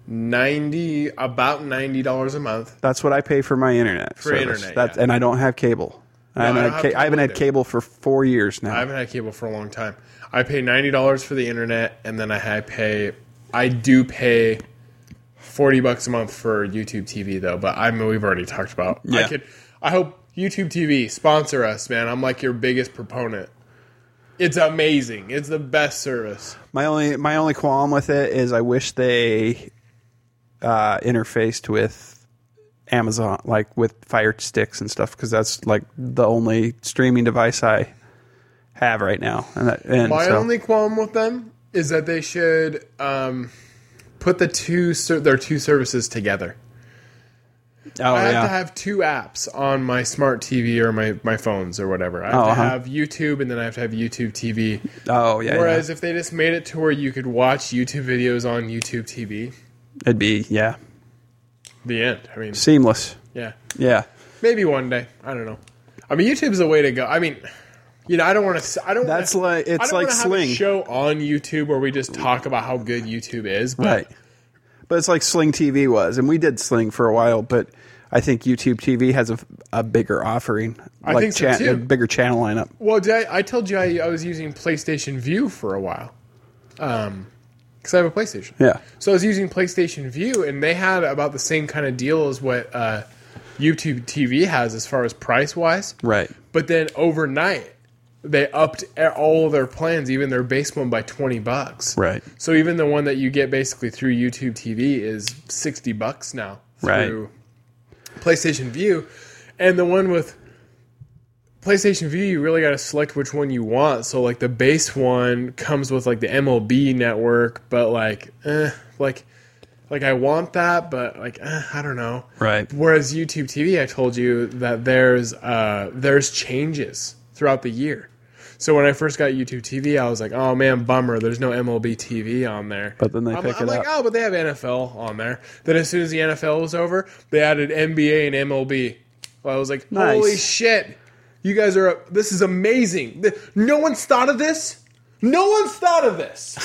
S1: ninety about ninety dollars a month.
S2: That's what I pay for my internet for
S1: internet,
S2: That's,
S1: yeah.
S2: and I don't have cable. I haven't,
S1: I
S2: had,
S1: don't
S2: ca-
S1: have
S2: I haven't
S1: cable
S2: had
S1: either.
S2: cable for four years now.
S1: I haven't had cable for a long time. I pay ninety dollars for the internet, and then I had pay. I do pay forty bucks a month for YouTube TV though. But I mean, we've already talked about. I
S2: Yeah.
S1: could. I hope YouTube TV sponsor us, man. I'm like your biggest proponent. It's amazing. It's the best service.
S2: my only my only qualm with it is I wish they uh, interfaced with Amazon, like with Fire Sticks and stuff, because that's like the only streaming device I have right now. And, that, and
S1: My
S2: so,
S1: only qualm with them is that they should um, put the two ser- their two services together.
S2: oh
S1: I have
S2: yeah,
S1: to have two apps on my smart TV or my, my phones or whatever. I have
S2: Oh,
S1: to
S2: uh-huh.
S1: have YouTube and then I have to have YouTube TV.
S2: oh yeah,
S1: Whereas if they just made it to where you could watch YouTube videos on YouTube TV,
S2: yeah. it'd be yeah
S1: the end. I mean,
S2: seamless.
S1: yeah.
S2: Yeah,
S1: Maybe one day. I don't know. I mean, YouTube's the way to go. I mean, you know, I don't want to. I don't. wanna-
S2: That's like- it's
S1: I don't
S2: like
S1: wanna have
S2: Sling.
S1: a show on YouTube where we just talk about how good YouTube is. But
S2: Right. But it's like Sling TV was, and we did Sling for a while, but I think YouTube TV has a, a bigger offering,
S1: I think so, too.
S2: a bigger channel lineup.
S1: Well, did I, I told you I, I was using PlayStation View for a while, because I have a PlayStation.
S2: Yeah,
S1: So I was using PlayStation View, and they had about the same kind of deal as what uh, YouTube TV has as far as price wise.
S2: right.
S1: But then overnight, they upped e- all of their plans, even their base one, by twenty bucks.
S2: Right.
S1: So even the one that you get basically through YouTube TV is sixty bucks now
S2: Right.
S1: through PlayStation View, and the one with PlayStation View, you really got to select which one you want. So like the base one comes with like the MLB network, but like, eh, like, like I want that, but like eh, I don't know.
S2: Right.
S1: Whereas YouTube TV, I told you that there's uh, there's changes throughout the year. So when I first got YouTube TV, I was like, "Oh man, bummer! There's no MLB TV on there."
S2: But then they
S1: I'm,
S2: pick
S1: I'm
S2: it
S1: like,
S2: up.
S1: "Oh, but they have NFL on there." Then as soon as the NFL was over, they added NBA and MLB. I was like,
S2: Nice.
S1: "Holy shit! You guys are up. This is amazing. Th- No one's thought of this. No one's thought of this."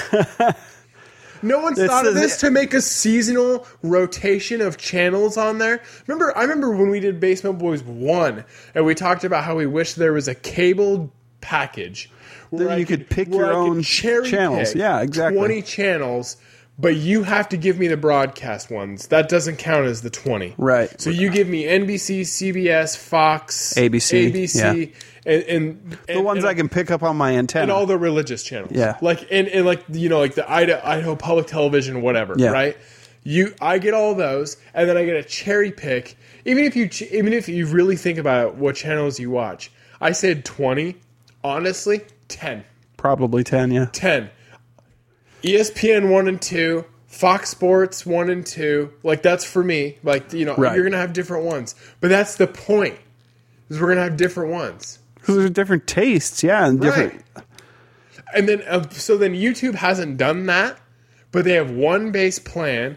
S1: No one's thought of
S2: is-
S1: this to make a seasonal rotation of channels on there. Remember, I remember when we did Basement Boys one, and we talked about how we wished there was a cable package where
S2: Then
S1: I
S2: you could pick your
S1: I could
S2: own
S1: cherry
S2: channels.
S1: pick
S2: Yeah, exactly.
S1: Twenty channels, but you have to give me the broadcast ones. That doesn't count as the twenty,
S2: Right.
S1: So you give me NBC, CBS, Fox,
S2: ABC,
S1: ABC, and, and
S2: The ones I can pick up on my
S1: and
S2: antenna.
S1: all the religious channels.
S2: Yeah.
S1: Like and, and like you know like the Idaho, Idaho Public Television whatever,
S2: Yeah.
S1: right? You I get all those and then I get a cherry pick. Even if you ch- even if you really think about what channels you watch. I said 20, honestly, 10.
S2: Probably ten. Yeah.
S1: 10. E ESPN 1 and 2, Fox Sports 1 and 2. Like, that's for me. Like, you know,
S2: Right.
S1: you're going to have different ones. But that's the point, is we're going to have different ones.
S2: Because there's different tastes. Yeah, and different.
S1: Right. And then, uh, so then YouTube hasn't done that, but they have one base plan,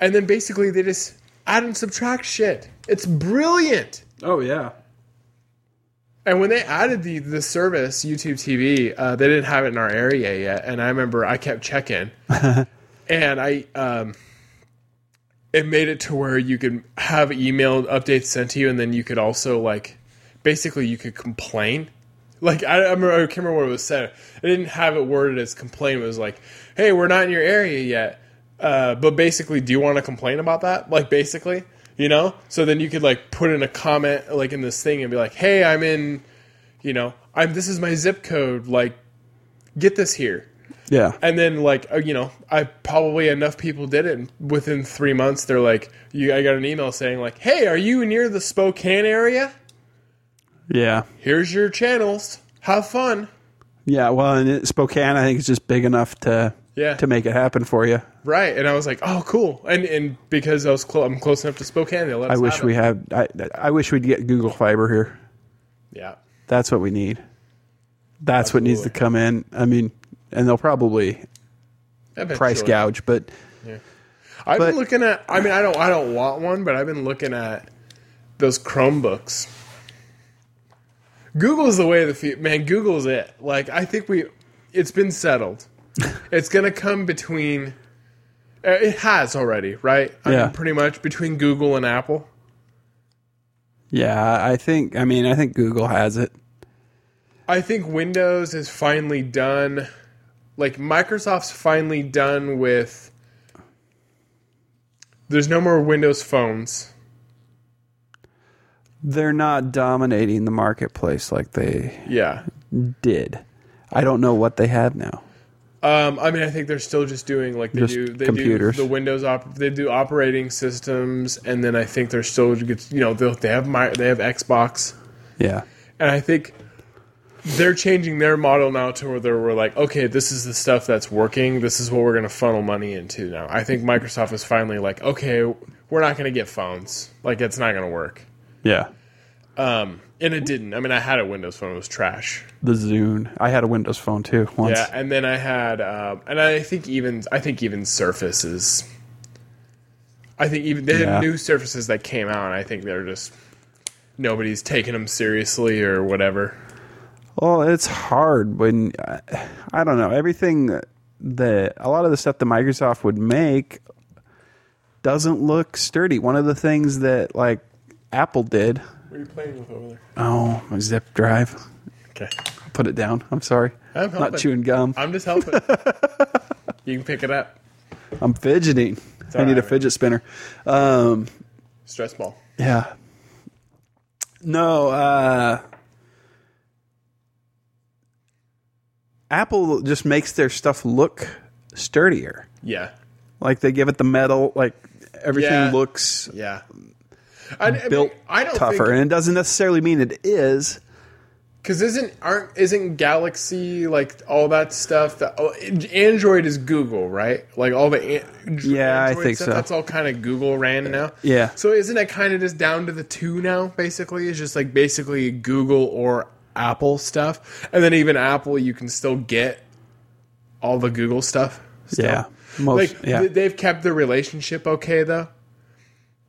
S1: and then basically they just add and subtract shit. It's brilliant.
S2: Oh yeah.
S1: And when they added the the service YouTube TV, uh, they didn't have it in our area yet. And I remember I kept checking, and I um, it made it to where you could have email updates sent to you, and then you could also like basically you could complain. Like I, I, remember, I can't remember what it was said. I didn't have it worded as complain. It was like, "Hey, we're not in your area yet, uh, but basically, do you want to complain about that?" Like basically, you know. So then you could like put in a comment like in this thing and be like, "Hey, I'm in, you know, I'm this is my zip code. Like, get this here."
S2: Yeah.
S1: And then like uh, you know, I probably enough people did it. And within three months, they're like, "You." I got an email saying like, "Hey, are you near the Spokane area?"
S2: Yeah.
S1: here's your channels. Have fun.
S2: Yeah. Well, and it, Spokane, I think is just big enough to
S1: Yeah.
S2: to make it happen for you.
S1: Right. And I was like, oh, cool. And and because I was clo- I'm close enough to Spokane, they let
S2: I
S1: us
S2: wish
S1: have
S2: we
S1: it.
S2: had. I, I wish we'd get Google Fiber here.
S1: Yeah.
S2: That's what we need. That's what needs to
S1: Absolutely.
S2: come in. I mean, and they'll probably
S1: Eventually.
S2: price gouge, but
S1: I've
S2: but-
S1: been looking at. I mean, I don't. I don't want one, but I've been looking at those Chromebooks. Google's the way of the future, man. Google's it. Like I think we, it's been settled. it's gonna come between. uh, It has already, right? I
S2: Yeah.
S1: mean, pretty much between Google and Apple.
S2: yeah, I think. I mean, I think Google has it.
S1: I think Windows is finally done. Like Microsoft's finally done with. There's no more Windows phones.
S2: They're not dominating the marketplace like they
S1: Yeah.
S2: did. I don't know what they have now.
S1: Um, I mean, I think they're still just doing like they
S2: Just
S1: do. They
S2: computers.
S1: do the Windows. Op- they do operating systems, and then I think they're still you know they'll- they have my they have Xbox,
S2: Yeah.
S1: and I think they're changing their model now to where they're we're like, okay, this is the stuff that's working. This is what we're going to funnel money into now. I think Microsoft is finally like, okay, we're not going to get phones. Like, it's not going to work.
S2: Yeah.
S1: Um, and it didn't. I mean, I had a Windows phone. It was trash.
S2: The Zune. I had a Windows phone too once.
S1: Yeah, and then I had, um, and I think even I think even Surfaces. I think even they
S2: Yeah.
S1: had new Surfaces that came out, and I think they're just nobody's taking them seriously or whatever.
S2: Well, it's hard when I- I don't know everything that- that a lot of the stuff that Microsoft would make doesn't look sturdy. One of the things that like Apple did.
S1: What are you playing with over there?
S2: Oh, my zip drive.
S1: Okay.
S2: Put it down. I'm sorry.
S1: I'm
S2: Not
S1: helping.
S2: chewing gum.
S1: I'm just helping. you can pick it up.
S2: I'm fidgeting. I
S1: all
S2: need a
S1: right.
S2: fidget spinner. Um,
S1: Stress ball.
S2: yeah. No, uh, Apple just makes their stuff look sturdier.
S1: Yeah.
S2: Like they give it the metal, like everything
S1: Yeah.
S2: looks
S1: Yeah. I, I mean,
S2: built
S1: I don't
S2: tougher.
S1: think
S2: and it doesn't necessarily mean it is.
S1: because isn't aren't isn't Galaxy like all that stuff? That, oh, Android is Google, right? Like all the an,
S2: Yeah, I
S1: Android
S2: think so.
S1: That's all kind of Google ran now.
S2: Yeah.
S1: So isn't that kind of just down to the two now? Basically, it's just like basically Google or Apple stuff, and then even Apple, you can still get all the Google stuff. still.
S2: Yeah. Most,
S1: like
S2: yeah.
S1: th- they've kept the relationship okay though.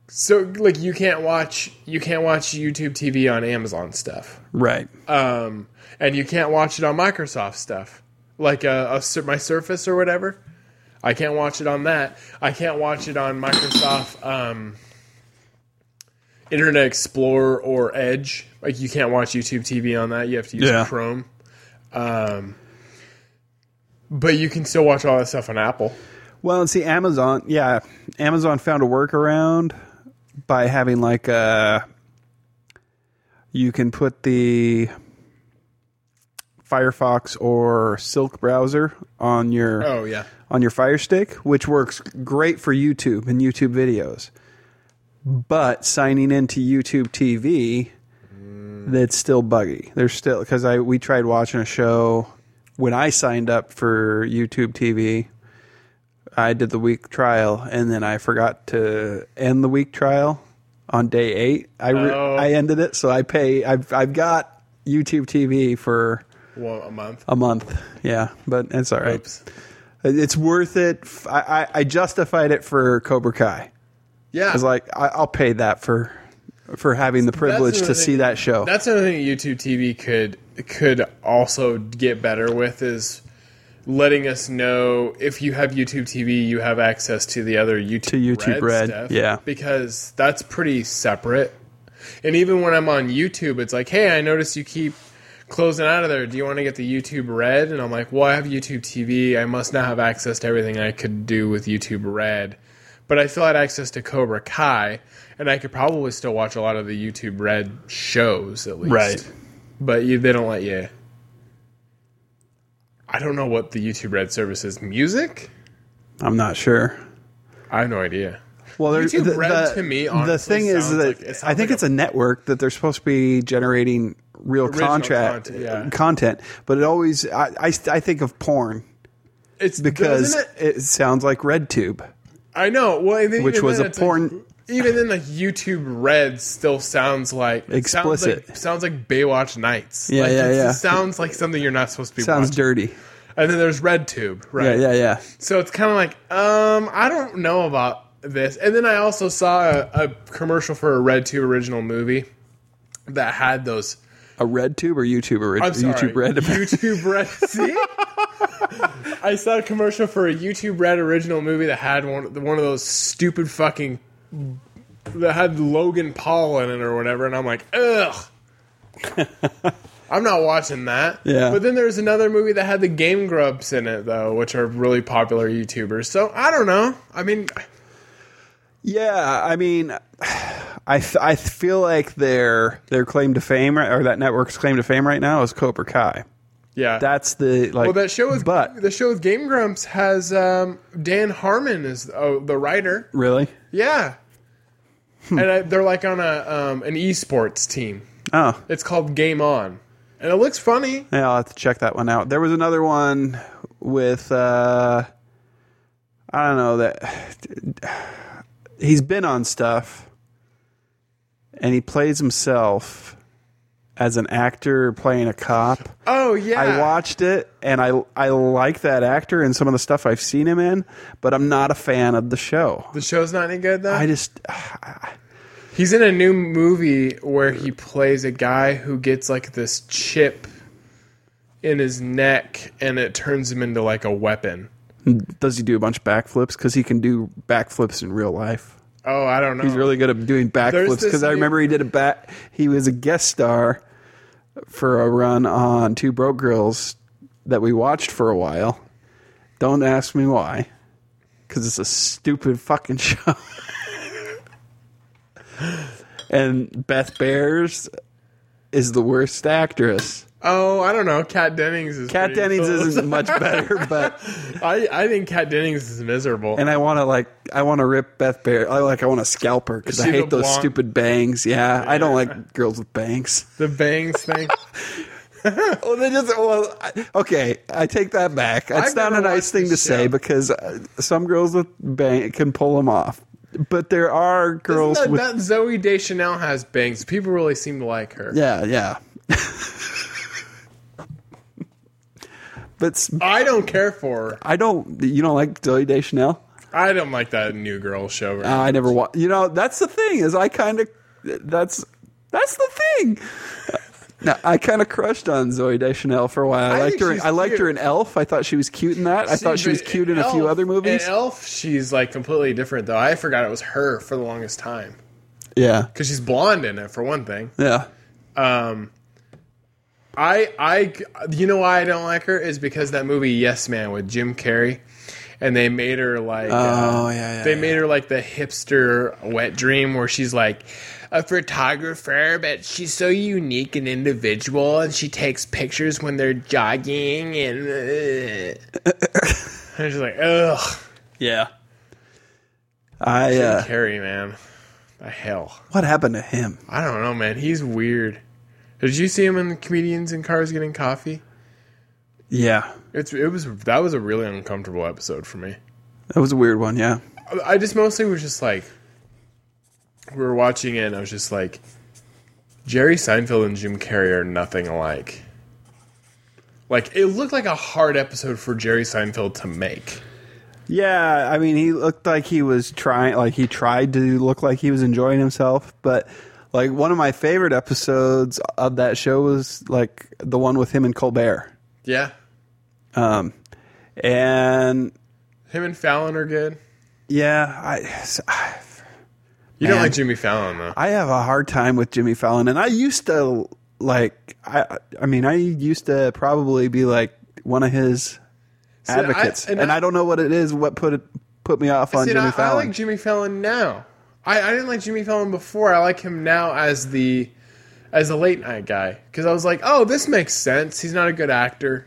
S1: So like you can't watch you can't watch YouTube TV on Amazon stuff,
S2: right.
S1: um, and you can't watch it on Microsoft stuff, like uh a Sur- my Surface or whatever. I can't watch it on that. I can't watch it on Microsoft um, Internet Explorer or Edge. Like you can't watch YouTube TV on that. You have to use
S2: Yeah.
S1: Chrome. Um, but you can still watch all that stuff on Apple.
S2: Well, and see, Amazon, yeah, Amazon found a workaround by having like a. You can put the Firefox or Silk browser on your
S1: Oh yeah.
S2: on your Fire Stick, which works great for YouTube and YouTube videos. But signing into YouTube TV, that's still buggy. There's still because I we tried watching a show when I signed up for YouTube TV. I did the week trial and then I forgot to end the week trial on day eight. I re-
S1: Oh.
S2: I ended it, so I pay. I've I've got YouTube TV for
S1: Well, a month.
S2: a month. Yeah, but it's all right.
S1: Oops.
S2: It's worth it. F- I, I, I justified it for Cobra Kai.
S1: Yeah.
S2: I was like, I, I'll pay that for for having the privilege to
S1: another
S2: see
S1: thing.
S2: that show.
S1: That's another thing YouTube TV could could also get better with is letting us know if you have YouTube TV, you have access to the other YouTube
S2: To YouTube Red,
S1: stuff,
S2: yeah.
S1: because that's pretty separate. And even when I'm on YouTube, it's like, hey, I noticed you keep closing out of there. Do you want to get the YouTube Red? And I'm like, well, I have YouTube TV. I must not have access to everything I could do with YouTube Red. But I still had access to Cobra Kai, and I could probably still watch a lot of the YouTube Red shows at least.
S2: Right.
S1: But you, they don't let you. I don't know what the YouTube Red service is. Music?
S2: I'm not sure.
S1: I have no idea.
S2: Well, there-
S1: YouTube
S2: the,
S1: Red
S2: the-
S1: to me,
S2: the
S1: honestly,
S2: thing is
S1: sounds
S2: that
S1: like- it sounds
S2: I think
S1: like
S2: it's a, network that they're supposed to be generating real contract
S1: content, yeah.
S2: content, but it always I, I I think of porn
S1: It's
S2: because
S1: doesn't it?
S2: it sounds like RedTube.
S1: I know. Well, and then
S2: Which
S1: even
S2: was
S1: then,
S2: a
S1: it's like-
S2: porn-
S1: even then, like YouTube Red still sounds like it
S2: Explicit.
S1: Sounds like, sounds like Baywatch Nights.
S2: Yeah,
S1: like,
S2: yeah,
S1: it's-
S2: yeah.
S1: It sounds like something you're not supposed to be
S2: Sounds
S1: watching.
S2: dirty.
S1: and then there's RedTube, right?
S2: Yeah, yeah, yeah.
S1: So it's kind of like, um, I don't know about this. And then I also saw a, a commercial for a RedTube original movie that had those.
S2: A RedTube or YouTube or
S1: I'm sorry,
S2: YouTube Red.
S1: YouTube Red. See, I saw a commercial for a YouTube Red original movie that had one one of those stupid fucking that had Logan Paul in it or whatever, and I'm like, ugh. I'm not watching that.
S2: Yeah.
S1: But then there's another movie that had the Game Grumps in it though, which are really popular YouTubers. So I don't know. I mean,
S2: Yeah, I mean, I f- I feel like their their claim to fame right- or that network's claim to fame right now is Cobra Kai.
S1: yeah.
S2: That's the like.
S1: well, that show is
S2: but
S1: the show with Game Grumps has um, Dan Harmon is oh, the writer.
S2: really.
S1: Yeah.
S2: Hmm.
S1: and I, they're like on a um, an esports team.
S2: Oh,
S1: It's called Game On, and it looks funny.
S2: yeah, I'll have to check that one out. There was another one with uh, I don't know that he's been on stuff, and he plays himself as an actor playing a cop.
S1: Oh yeah,
S2: I watched it and I I like that actor and some of the stuff I've seen him in, but I'm not a fan of the show.
S1: the show's not any good though.
S2: I just
S1: He's in a new movie where he plays a guy who gets like this chip in his neck, and it turns him into like a weapon.
S2: does he do a bunch of backflips because he can do backflips in real life.
S1: Oh, I don't know.
S2: He's really good at doing backflips
S1: this
S2: because I
S1: new-
S2: remember he did a back. He was a guest star for a run on Two Broke Girls that we watched for a while. Don't ask me why, because it's a stupid fucking show. and Beth Bears is the worst actress.
S1: Oh, I don't know. Cat Dennings is.
S2: Kat
S1: pretty
S2: Dennings
S1: cool.
S2: isn't much better, but
S1: I I think Kat Dennings is miserable.
S2: and I want to like I want to rip Beth Bear. I like I want to scalp her because I
S1: she the
S2: hate those
S1: blonde?
S2: stupid bangs. Yeah, I don't like girls with bangs.
S1: the bangs thing.
S2: Well, they just well, I- okay. I take that back. It's
S1: I've
S2: not a
S1: never
S2: nice
S1: watched
S2: thing
S1: this
S2: to
S1: show.
S2: say because uh, some girls with bang can pull them off, but there are girls
S1: That,
S2: with
S1: that Zoe Deschanel has bangs. People really seem to like her.
S2: yeah, yeah. but s-
S1: I don't care for her.
S2: I don't. You don't like Zoe Deschanel?
S1: I don't like that new girl show.
S2: Uh, I never watch. You know, that's the thing is I kind of that's that's the thing. Now, I kind of crushed on Zoe Deschanel for a while. I,
S1: I
S2: liked
S1: think
S2: her. In,
S1: she's
S2: I liked her
S1: cute.
S2: in Elf. I thought she was cute in that. I thought she was
S1: but
S2: cute in a few
S1: Elf-
S2: other movies.
S1: In Elf, she's like completely different though. I forgot it was her for the longest time
S2: Yeah,
S1: because she's blonde in it for one thing.
S2: yeah.
S1: Um, I I you know why I don't like her is because that movie Yes Man with Jim Carrey, and they made her like uh,
S2: Oh, yeah, yeah,
S1: they
S2: yeah.
S1: made her like the hipster wet dream where she's like a photographer, but she's so unique and individual, and she takes pictures when they're jogging and. uh, And she's like, ugh,
S2: Yeah. I uh,
S1: Carrey, man, the hell.
S2: what happened to him?
S1: I don't know, man. He's weird. Did you see him in comedians in cars getting coffee?
S2: Yeah,
S1: It's it was that was a really uncomfortable episode for me.
S2: that was a weird one. Yeah,
S1: I- I just mostly was just like we were watching it and I was just like Jerry Seinfeld and Jim Carrey are nothing alike. Like it looked like a hard episode for Jerry Seinfeld to make.
S2: yeah. I mean, he looked like he was trying, like he tried to look like he was enjoying himself, but like one of my favorite episodes of that show was like the one with him and Colbert.
S1: Yeah.
S2: Um, and
S1: Him and Fallon are good.
S2: yeah, I
S1: You don't
S2: Man.
S1: like Jimmy Fallon though.
S2: I have a hard time with Jimmy Fallon, and I used to like I I mean I used to probably be like one of his
S1: I-
S2: advocates,
S1: and
S2: and, I,
S1: I-
S2: don't know what it is what put it put me off on
S1: See, and
S2: Jimmy
S1: I, I
S2: Fallon.
S1: like Jimmy Fallon now. I, I didn't like Jimmy Fallon before. I like him now as the as a late night guy because I was like, oh, this makes sense. He's not a good actor.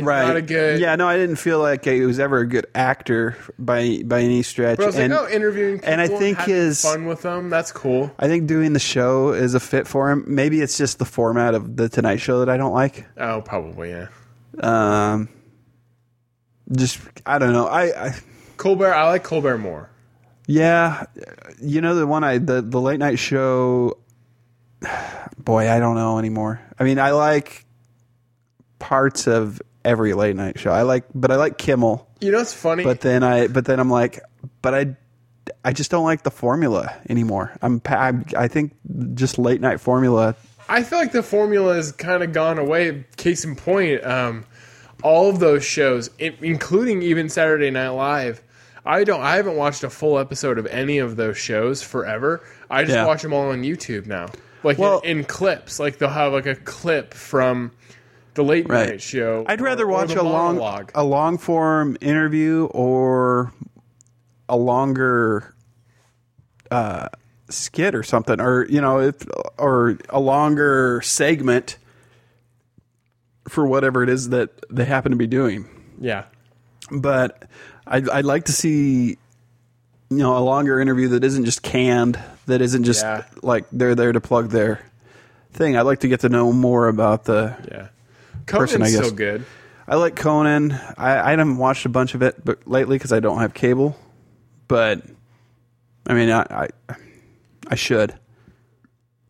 S2: right?
S1: not a good-
S2: yeah, no, I didn't feel like he was ever a good actor by by any stretch.
S1: But I was
S2: and
S1: like, oh, interviewing people
S2: and I think
S1: having
S2: his-
S1: fun with them. That's cool.
S2: I think doing the show is a fit for him. Maybe it's just the format of the Tonight Show that I don't like.
S1: Oh, probably yeah.
S2: Um, just I don't know. I, I
S1: Colbert, I like Colbert more.
S2: Yeah, you know the one I the the late night show. Boy, I don't know anymore. I mean, I like parts of every late night show. I like, but I like Kimmel.
S1: You know, it's funny.
S2: But then I, but then I'm like, but I, I just don't like the formula anymore. I'm, pa- I, I think just late night formula.
S1: I feel like the formula has kind of gone away. Case in point, um, all of those shows, i- including even Saturday Night Live, I don't. I haven't watched a full episode of any of those shows forever. I just
S2: Yeah.
S1: watch them all on YouTube now, like
S2: Well-
S1: in, in clips. Like they'll have like a clip from the late
S2: Right.
S1: night show.
S2: I'd rather
S1: or- or
S2: watch
S1: the
S2: a long,
S1: monologue.
S2: a long form interview or a longer uh, skit or something, or you know, if or a longer segment for whatever it is that they happen to be doing.
S1: Yeah,
S2: But I'd, I'd like to see, you know, a longer interview that isn't just canned, that isn't just
S1: Yeah.
S2: like they're there to plug their thing. I'd like to get to know more about the
S1: yeah.
S2: Person, I
S1: Conan's still
S2: guess.
S1: good.
S2: I like Conan. I, I haven't watched a bunch of it, but lately because I don't have cable. But I mean, I, I I should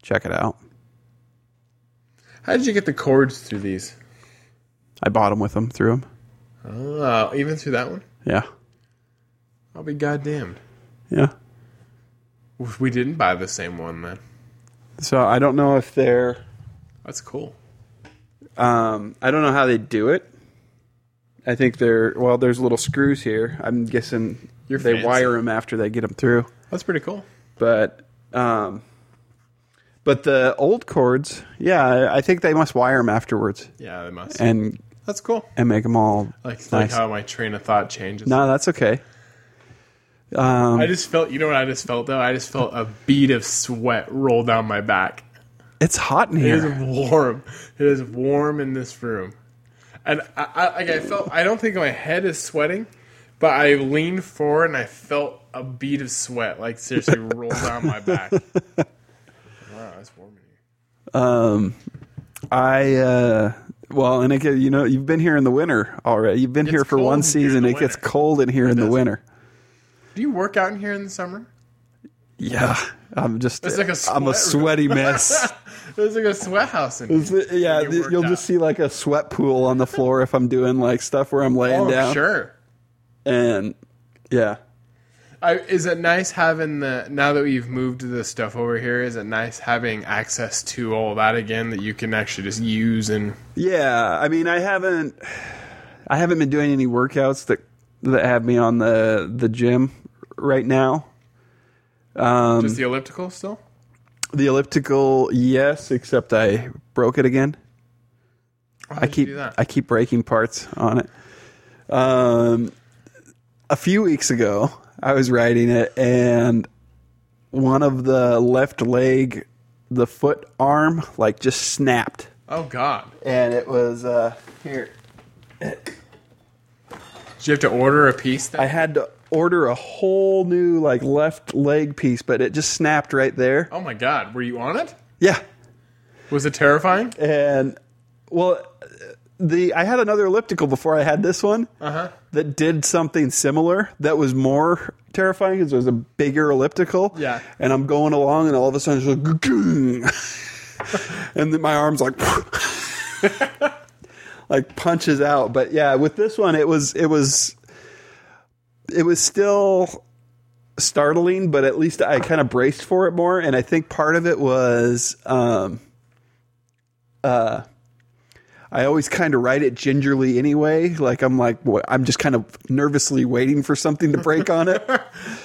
S2: check it out.
S1: How did you get the cords through these?
S2: I bought them with them through them.
S1: Oh, even through that one?
S2: Yeah,
S1: I'll be goddamned.
S2: yeah.
S1: We didn't buy the same one then.
S2: So I don't know if they're.
S1: That's cool.
S2: Um, I don't know how they do it. I think they're well. There's little screws here. I'm guessing
S1: You're
S2: they
S1: fancy.
S2: wire them after they get them through.
S1: That's pretty cool.
S2: but um, but the old cords, yeah, I- I think they must wire them afterwards
S1: Yeah, they must.
S2: and
S1: That's cool.
S2: and make them all
S1: Like, like
S2: nice.
S1: how my train of thought changes.
S2: no, that's okay. Um,
S1: I just felt, you know what I just felt though? I just felt a bead of sweat roll down my back.
S2: it's hot in
S1: It is
S2: here.
S1: warm. It is warm in this room, and I, I like I felt. I don't think my head is sweating, but I leaned forward and I felt a bead of sweat like seriously roll down my back. Wow, that's warm in here.
S2: Um, I uh, well, and it get, you know you've been here in the winter already. You've been here for
S1: cold
S2: one
S1: in here in
S2: season.
S1: the
S2: It gets
S1: winter.
S2: cold in here in the winter.
S1: Do you work out in here in the summer?
S2: Yeah, I'm just
S1: It's like a
S2: I'm a
S1: sweat
S2: sweaty mess.
S1: There's like a sweat house in
S2: Is
S1: here.
S2: it- yeah,
S1: You
S2: th-
S1: worked
S2: you'll
S1: out.
S2: just see like a sweat pool on the floor if I'm doing like stuff where I'm laying
S1: Oh,
S2: down.
S1: sure.
S2: And yeah,
S1: I, is it nice having the now that we've moved this stuff over here? Is it nice having access to all that again that you can actually just use and
S2: yeah. I mean, I haven't I haven't been doing any workouts that that have me on the the gym right now. Um,
S1: just the elliptical still?
S2: the elliptical, yes, except I broke it again.
S1: How
S2: I
S1: did you
S2: keep
S1: do that?
S2: I keep breaking parts on it. Um, a few weeks ago, I was riding it, and one of the left leg, the foot arm, like just snapped,
S1: Oh God!
S2: and it was uh, here.
S1: Did you have to order a piece? Then?
S2: I had to order a whole new like left leg piece, but it just snapped right there.
S1: oh my God! Were you on it?
S2: Yeah,
S1: Was it terrifying?
S2: and well, the I had another elliptical before I had this one.
S1: Uh huh.
S2: that did something similar that was more terrifying because it was a bigger elliptical.
S1: Yeah.
S2: And I'm going along, and all of a sudden, it's like, "Gung." and then my arm's like, like punches out. But yeah, with this one, it was, it was, it was still startling, but at least I kind of braced for it more. And I think part of it was, um, uh, I always kind of ride it gingerly anyway. Like I'm like wha- I'm just kind of nervously waiting for something to break on it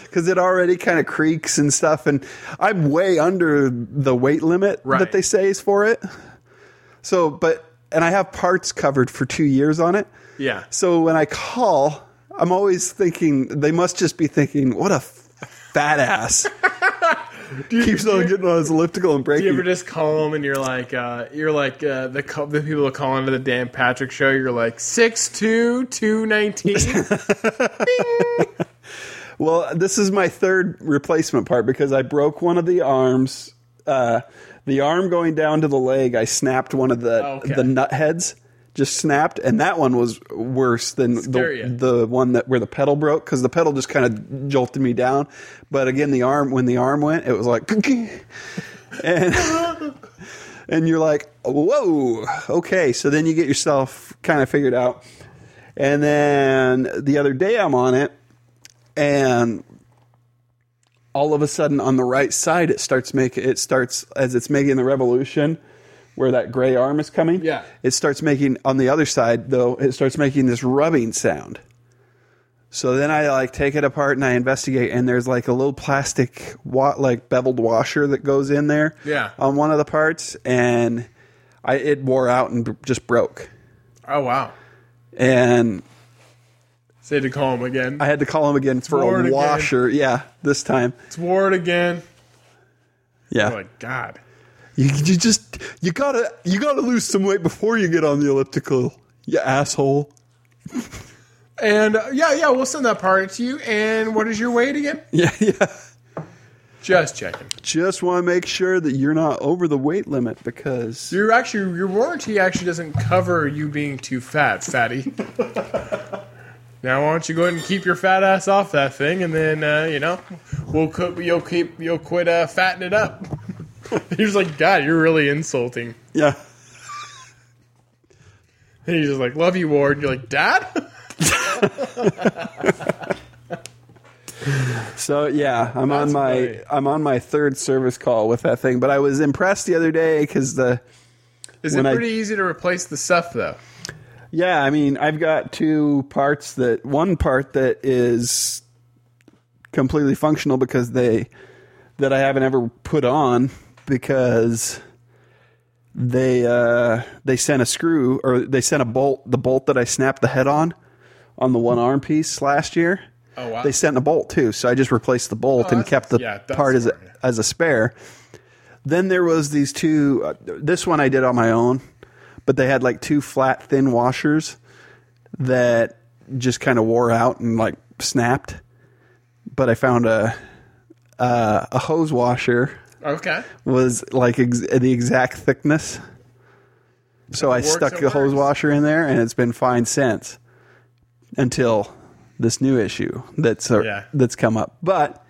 S2: because it already kind of creaks and stuff. And I'm way under the weight limit
S1: Right.
S2: that they say is for it. So, but and I have parts covered for two years on it.
S1: Yeah.
S2: So when I call, I'm always thinking they must just be thinking, "What a f- fat ass." Keeps on getting on his elliptical and breaking.
S1: You ever just call them and you're like, uh, you're like uh, the co- the people that call into the Dan Patrick show. You're like six two two nineteen.
S2: Well, this is my third replacement part because I broke one of the arms. Uh, the arm going down to the leg, I snapped one of the
S1: Oh, Okay.
S2: the nut heads, just snapped, and that one was worse than
S1: Scare ya.
S2: the, the one that where the pedal broke because the pedal just kind of jolted me down. But again, the arm when the arm went, it was like, and and you're like, whoa, okay. So then you get yourself kind of figured out, and then the other day I'm on it and all of a sudden on the right side it starts making it starts as it's making the revolution where that gray arm is coming
S1: Yeah.
S2: it starts making on the other side though it starts making this rubbing sound so then i like take it apart and i investigate and there's like a little plastic wa- like beveled washer that goes in there
S1: Yeah.
S2: on one of the parts and i it wore out and b- just broke
S1: oh wow!
S2: and
S1: Say to call them again.
S2: i had to call him again for
S1: Wore it
S2: a
S1: again.
S2: washer yeah this time
S1: Swore it again.
S2: yeah
S1: Oh my God!
S2: You, you just you gotta you gotta lose some weight before you get on the elliptical, you asshole.
S1: And uh, yeah, yeah, we'll send that part to you. And what is your weight again?
S2: Yeah, yeah.
S1: Just checking.
S2: Just want to make sure that you're not over the weight limit because
S1: Your actually your warranty actually doesn't cover you being too fat, fatty. now why don't you go ahead and keep your fat ass off that thing, and then uh, you know we'll quit, you'll keep you'll quit uh, fatting it up. You're just like God, you're really insulting.
S2: yeah,
S1: And he's just like, "Love you, Ward." You're like, "Dad."
S2: So yeah, I'm on
S1: That's
S2: my
S1: funny.
S2: I'm on my third service call with that thing. But I was impressed the other day because the
S1: Is
S2: When
S1: it
S2: I-
S1: pretty easy to replace the stuff though?
S2: yeah, I mean I've got two parts that one part that is completely functional because they that I haven't ever put on because they uh, they sent a screw or they sent a bolt the bolt that I snapped the head on on the one arm piece last year.
S1: Oh, wow. Oh,
S2: They sent a bolt too, so I just replaced the bolt and
S1: that's-
S2: kept the
S1: yeah, that's
S2: part as a,
S1: smart.
S2: as a spare. Then there was these two. Uh, this one I did on my own, but they had like two flat thin washers that just kind of wore out and like snapped. But I found a uh, a hose washer
S1: Okay.
S2: was like ex- the exact thickness. So I
S1: works,
S2: stuck
S1: it
S2: the
S1: works.
S2: hose washer in there, and it's been fine since. Until this new issue that's uh,
S1: Yeah.
S2: that's come up, but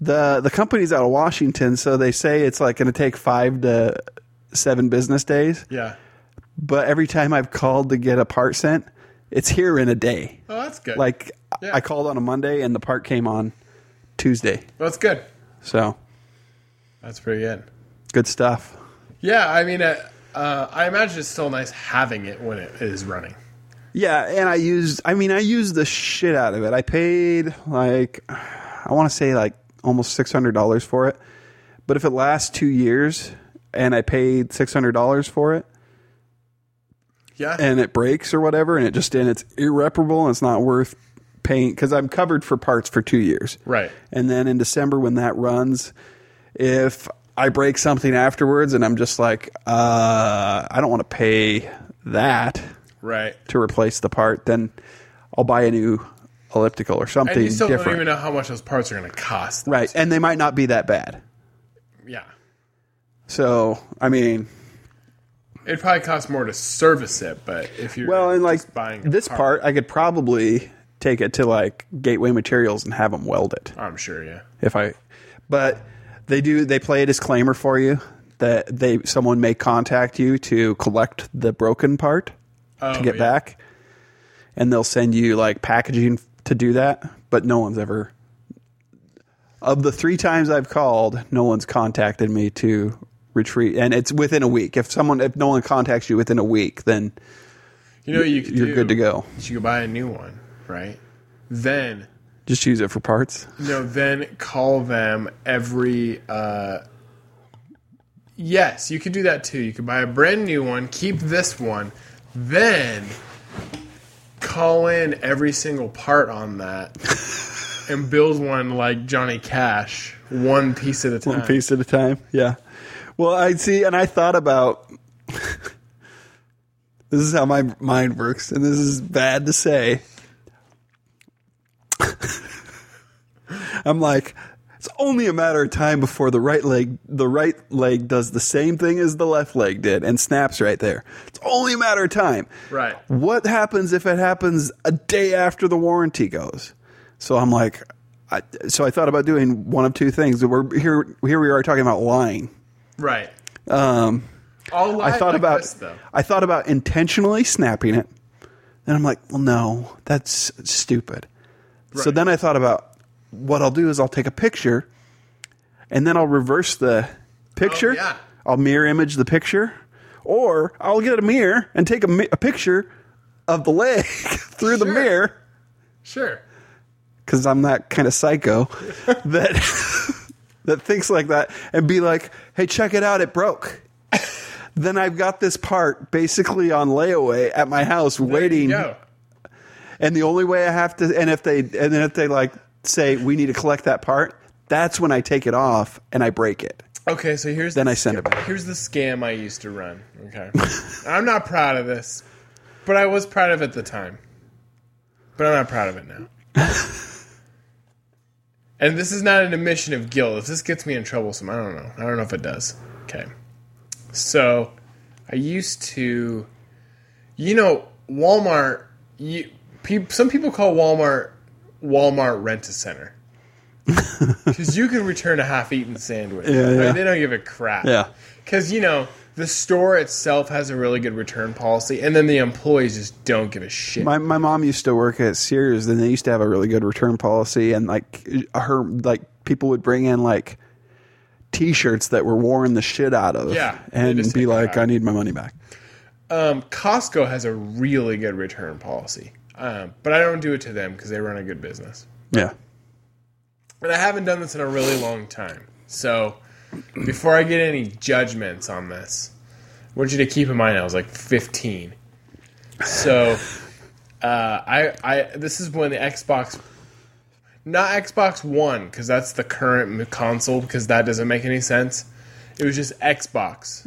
S2: the the company's out of Washington, so they say it's like going to take five to seven business days.
S1: Yeah.
S2: But every time I've called to get a part sent, it's here in a day.
S1: Oh, that's good.
S2: Like
S1: Yeah.
S2: I called on a Monday, and the part came on Tuesday.
S1: that's good.
S2: So
S1: That's pretty good.
S2: good stuff.
S1: Yeah, I mean, uh, uh, I imagine it's still nice having it when it is running.
S2: Yeah, and I used I mean I used the shit out of it. I paid like I want to say like almost $600 for it. But if it lasts 2 years and I paid $600 for it
S1: Yeah.
S2: and it breaks or whatever and it just and it's irreparable and it's not worth paying cuz I'm covered for parts for 2 years.
S1: right.
S2: And then in December when that runs if I break something afterwards and I'm just like uh I don't want to pay that
S1: Right.
S2: to replace the part, then I'll buy a new elliptical or something
S1: And you still don't
S2: different.
S1: even know how much those parts are going to cost.
S2: right, and they might not be that bad.
S1: Yeah.
S2: So, I mean,
S1: It probably costs more to service it, but if you're
S2: well, and like
S1: just buying a
S2: this part, I could probably take it to like Gateway Materials and have them weld it
S1: I'm sure. Yeah.
S2: if I. But they do they play a disclaimer for you that they someone may contact you to collect the broken part
S1: Oh,
S2: to get
S1: yeah.
S2: back, and they'll send you like packaging to do that. But no one's ever. Of the three times I've called, no one's contacted me to retrieve, and it's within a week. If someone, if no one contacts you within a week, then
S1: You know, what you could
S2: you're
S1: do?
S2: good to go.
S1: You could buy a new one, right? Then
S2: Just use it for parts.
S1: No, then call them every. Uh, yes, you could do that too. You could buy a brand new one, keep this one, then call in every single part on that and build one like Johnny Cash, one piece at a time.
S2: one piece at a time. Yeah. Well, I see, and I thought about this is how my mind works, and this is bad to say. I'm like, it's only a matter of time before the right leg, the right leg does the same thing as the left leg did and snaps right there. It's only a matter of time.
S1: Right.
S2: What happens if it happens a day after the warranty goes? So I'm like, I, so I thought about doing one of two things. We're here. Here we are talking about lying.
S1: Right.
S2: Um,
S1: All
S2: I thought about
S1: this, though.
S2: I thought about intentionally snapping it, and I'm like, well, no, that's stupid. So
S1: Right.
S2: then I thought about what I'll do is I'll take a picture, and then I'll reverse the picture.
S1: Oh, yeah.
S2: I'll mirror image the picture, or I'll get a mirror and take a, mi- a picture of the leg through the
S1: Sure.
S2: mirror
S1: Sure.
S2: because I'm that kind of psycho that that thinks like that and be like, "Hey, check it out, it broke." then I've got this part basically on layaway at my house waiting,
S1: Go.
S2: and the only way I have to, and if they, and then if they like say we need to collect that part, that's when I take it off and I break it.
S1: Okay, so here's
S2: Then
S1: the
S2: I send it back.
S1: Here's the scam I used to run. Okay. I'm not proud of this, but I was proud of it at the time. But I'm not proud of it now. and this is not an admission of guilt. If this gets me in trouble, some I don't know. I don't know if it does. Okay. So I used to you know, Walmart you, peop some people call Walmart Walmart rent a center. Because you can return a half-eaten sandwich.
S2: Yeah,
S1: I mean,
S2: yeah.
S1: they don't give a crap.
S2: Yeah.
S1: Because, you know, the store itself has a really good return policy, and then the employees just don't give a shit.
S2: My my mom used to work at Sears, and they used to have a really good return policy, and like her like people would bring in like T-shirts that were worn the shit out of,
S1: Yeah, they
S2: and
S1: just
S2: be
S1: take it
S2: like,
S1: back.
S2: "I need my money back."
S1: um, Costco has a really good return policy, um, but I don't do it to them because they run a good business.
S2: Yeah,
S1: But I haven't done this in a really long time. So before I get any judgments on this, I want you to keep in mind I was like 15. So uh, I, I this is when the Xbox, not Xbox One, because that's the current console, because that doesn't make any sense. It was just Xbox.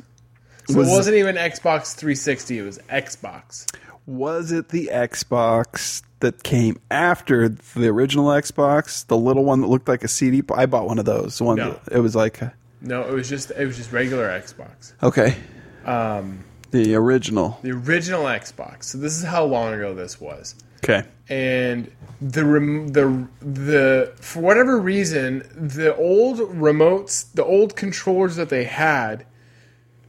S1: So
S2: Was-
S1: it wasn't even Xbox 360. It was Xbox.
S2: Was it the Xbox that came after the original Xbox, the little one that looked like a CD? I bought one of those. The One
S1: No.
S2: that- it was like uh,
S1: No, it was just it was just regular Xbox.
S2: okay, the original.
S1: Um, The original Xbox. So this is how long ago this was.
S2: Okay,
S1: and the rem- the the for whatever reason the old remotes the old controllers that they had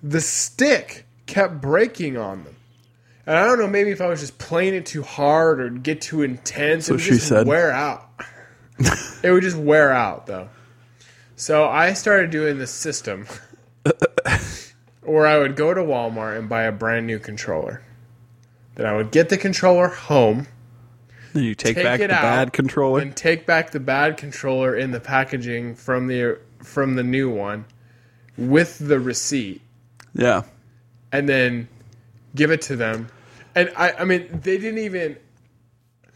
S1: the stick kept breaking on them and i don't know maybe if i was just playing it too hard or get too intense it would
S2: she
S1: just
S2: said.
S1: wear out it would just wear out though so i started doing this system where i would go to walmart and buy a brand new controller then i would get the controller home
S2: then you take,
S1: Take
S2: back
S1: it
S2: the
S1: out
S2: bad controller.
S1: and take back the bad controller in the packaging from the from the new one with the receipt
S2: yeah,
S1: and then give it to them and i i mean they didn't even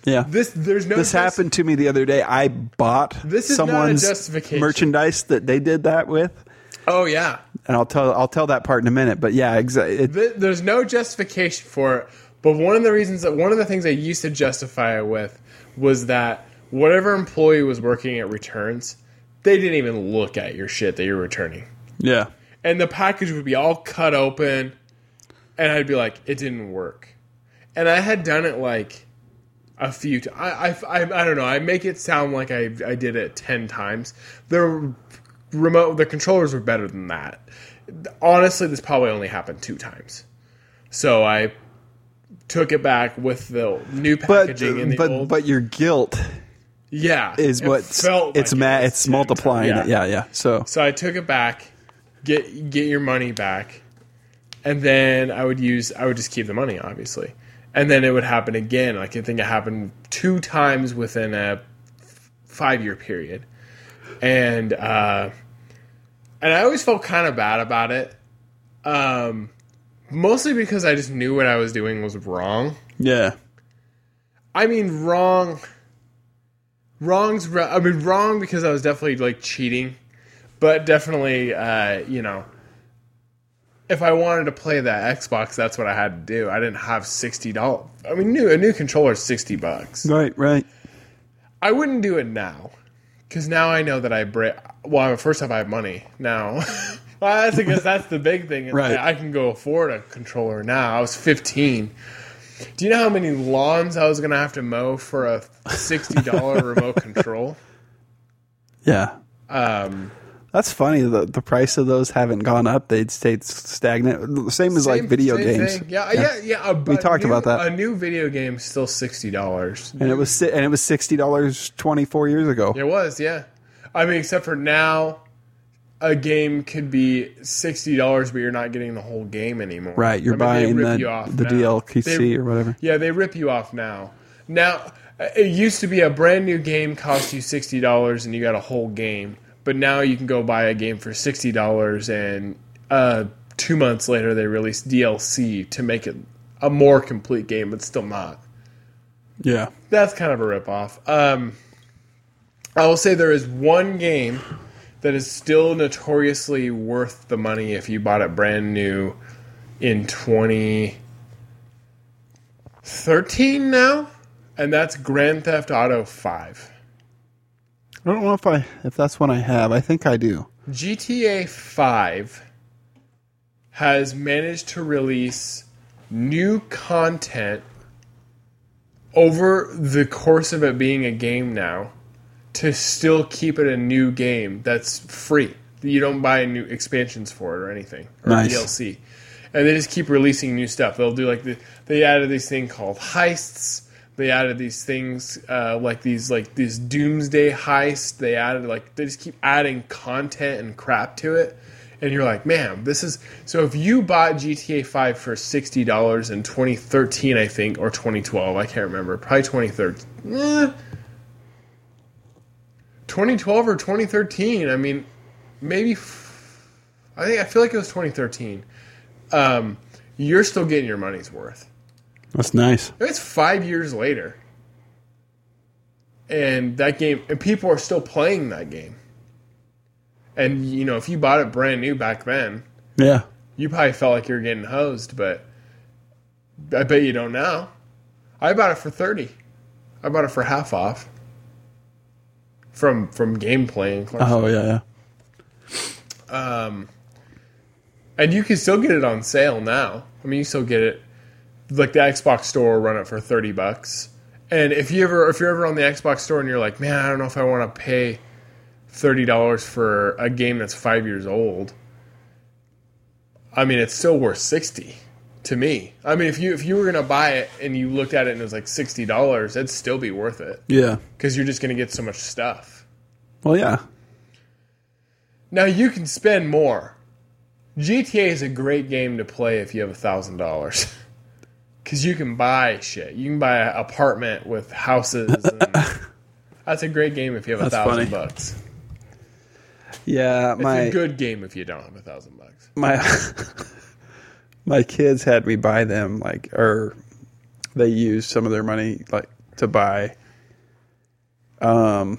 S2: yeah.
S1: this there's no
S2: This
S1: just-
S2: happened to me the other day. I bought
S1: This is not a
S2: someone's
S1: justification.
S2: merchandise that they did that with,
S1: oh yeah
S2: and I'll tell I'll tell that part in a minute. But yeah, exactly.
S1: Th- there's no justification for it but one of the reasons that one of the things i used to justify it with was that whatever employee was working at returns they didn't even look at your shit that you're returning
S2: Yeah,
S1: and the package would be all cut open and i'd be like it didn't work and i had done it like a few times I, I, I, I don't know i make it sound like I, I did it 10 times the remote the controllers were better than that honestly this probably only happened two times so i took it back with the new
S2: but
S1: packaging and the
S2: but
S1: old
S2: but your guilt
S1: yeah
S2: is
S1: it
S2: what
S1: felt
S2: it's
S1: like it
S2: ma-
S1: was
S2: it's
S1: 10 times.
S2: multiplying it. Yeah, yeah. So
S1: So I took it back, get get your money back, and then I would use I would just keep the money, obviously, and then it would happen again. Like I think it happened two times within a five year period, and uh, and I always felt kind of bad about it, um, mostly because I just knew what I was doing was wrong.
S2: yeah,
S1: I mean, wrong. Wrong's. re- I mean, wrong because I was definitely like cheating, but definitely, uh, you know, if I wanted to play that Xbox, that's what I had to do. I didn't have sixty dollars. I mean, new a new controller is sixty bucks.
S2: right, right.
S1: I wouldn't do it now, because now I know that I break. Well, first off, I have money now. well, that's because that's the big thing. is
S2: Right.
S1: that I can go afford a controller now. I was fifteen. Do you know how many lawns I was gonna have to mow for a sixty dollar remote control?
S2: Yeah.
S1: Um,
S2: That's funny. The the price of those haven't gone up. They'd stayed stagnant. The Same as like
S1: same-
S2: video
S1: same
S2: games.
S1: thing. Yeah, yeah, yeah. a-
S2: We
S1: a
S2: talked
S1: new-
S2: about that.
S1: A new video game is still sixty dollars.
S2: And it was si- and it was sixty dollars twenty four years ago.
S1: It was, yeah. I mean, except for now, a game could be sixty dollars, but you're not getting the whole game anymore.
S2: Right, you're
S1: I mean,
S2: buying
S1: they rip
S2: the
S1: you off
S2: the
S1: now.
S2: DLC
S1: They-
S2: or whatever.
S1: Yeah, they rip you off now. Now, uh, it used to be a brand new game cost you sixty dollars and you got a whole game, but now you can go buy a game for sixty dollars and uh, two months later they release DLC to make it a more complete game, but still not
S2: Yeah.
S1: that's kind of a ripoff. Um, I will say there is one game that is still notoriously worth the money if you bought it brand new in 2013 now, and that's Grand Theft Auto 5.
S2: I don't know if I if that's one I have. I think I do.
S1: GTA 5 has managed to release new content over the course of it being a game now to still keep it a new game that's free. You don't buy new expansions for it or anything or
S2: Nice.
S1: DLC. And they just keep releasing new stuff. They'll do like the, they added this thing called heists. They added these things uh, like these like these doomsday heist. They added like they just keep adding content and crap to it. And you're like, man, this is so. If you bought GTA 5 for sixty dollars in 2013, I think, or 2012, I can't remember, probably 2013. Eh, 20 2012 or 2013. I mean, maybe f- I think I feel like it was 2013. Um, you're still getting your money's worth.
S2: That's nice.
S1: It's five years later, and that game, and people are still playing that game. And you know, if you bought it brand new back then,
S2: Yeah.
S1: you probably felt like you were getting hosed, but I bet you don't now. I bought it for thirty. I bought it for half off. From from gameplay and collection.
S2: Oh yeah. yeah.
S1: and you can still get it on sale now. I mean, you still get it like the Xbox store will run it for thirty bucks. And if you ever if you're ever on the Xbox store and you're like, man, I don't know if I want to pay thirty dollars for a game that's five years old. I mean, it's still worth sixty to me. I mean, if you if you were gonna buy it and you looked at it and it was like sixty dollars, it'd still be worth it
S2: Yeah.
S1: because you're just gonna get so much stuff.
S2: Well, yeah.
S1: Now you can spend more. GTA is a great game to play if you have a thousand dollars, because you can buy shit. You can buy an apartment with houses. And that's a great game if you have a
S2: That's funny.
S1: thousand bucks.
S2: Yeah.
S1: It's
S2: My
S1: a good game if you don't have a thousand bucks.
S2: my my kids had me buy them like or they used some of their money like to buy um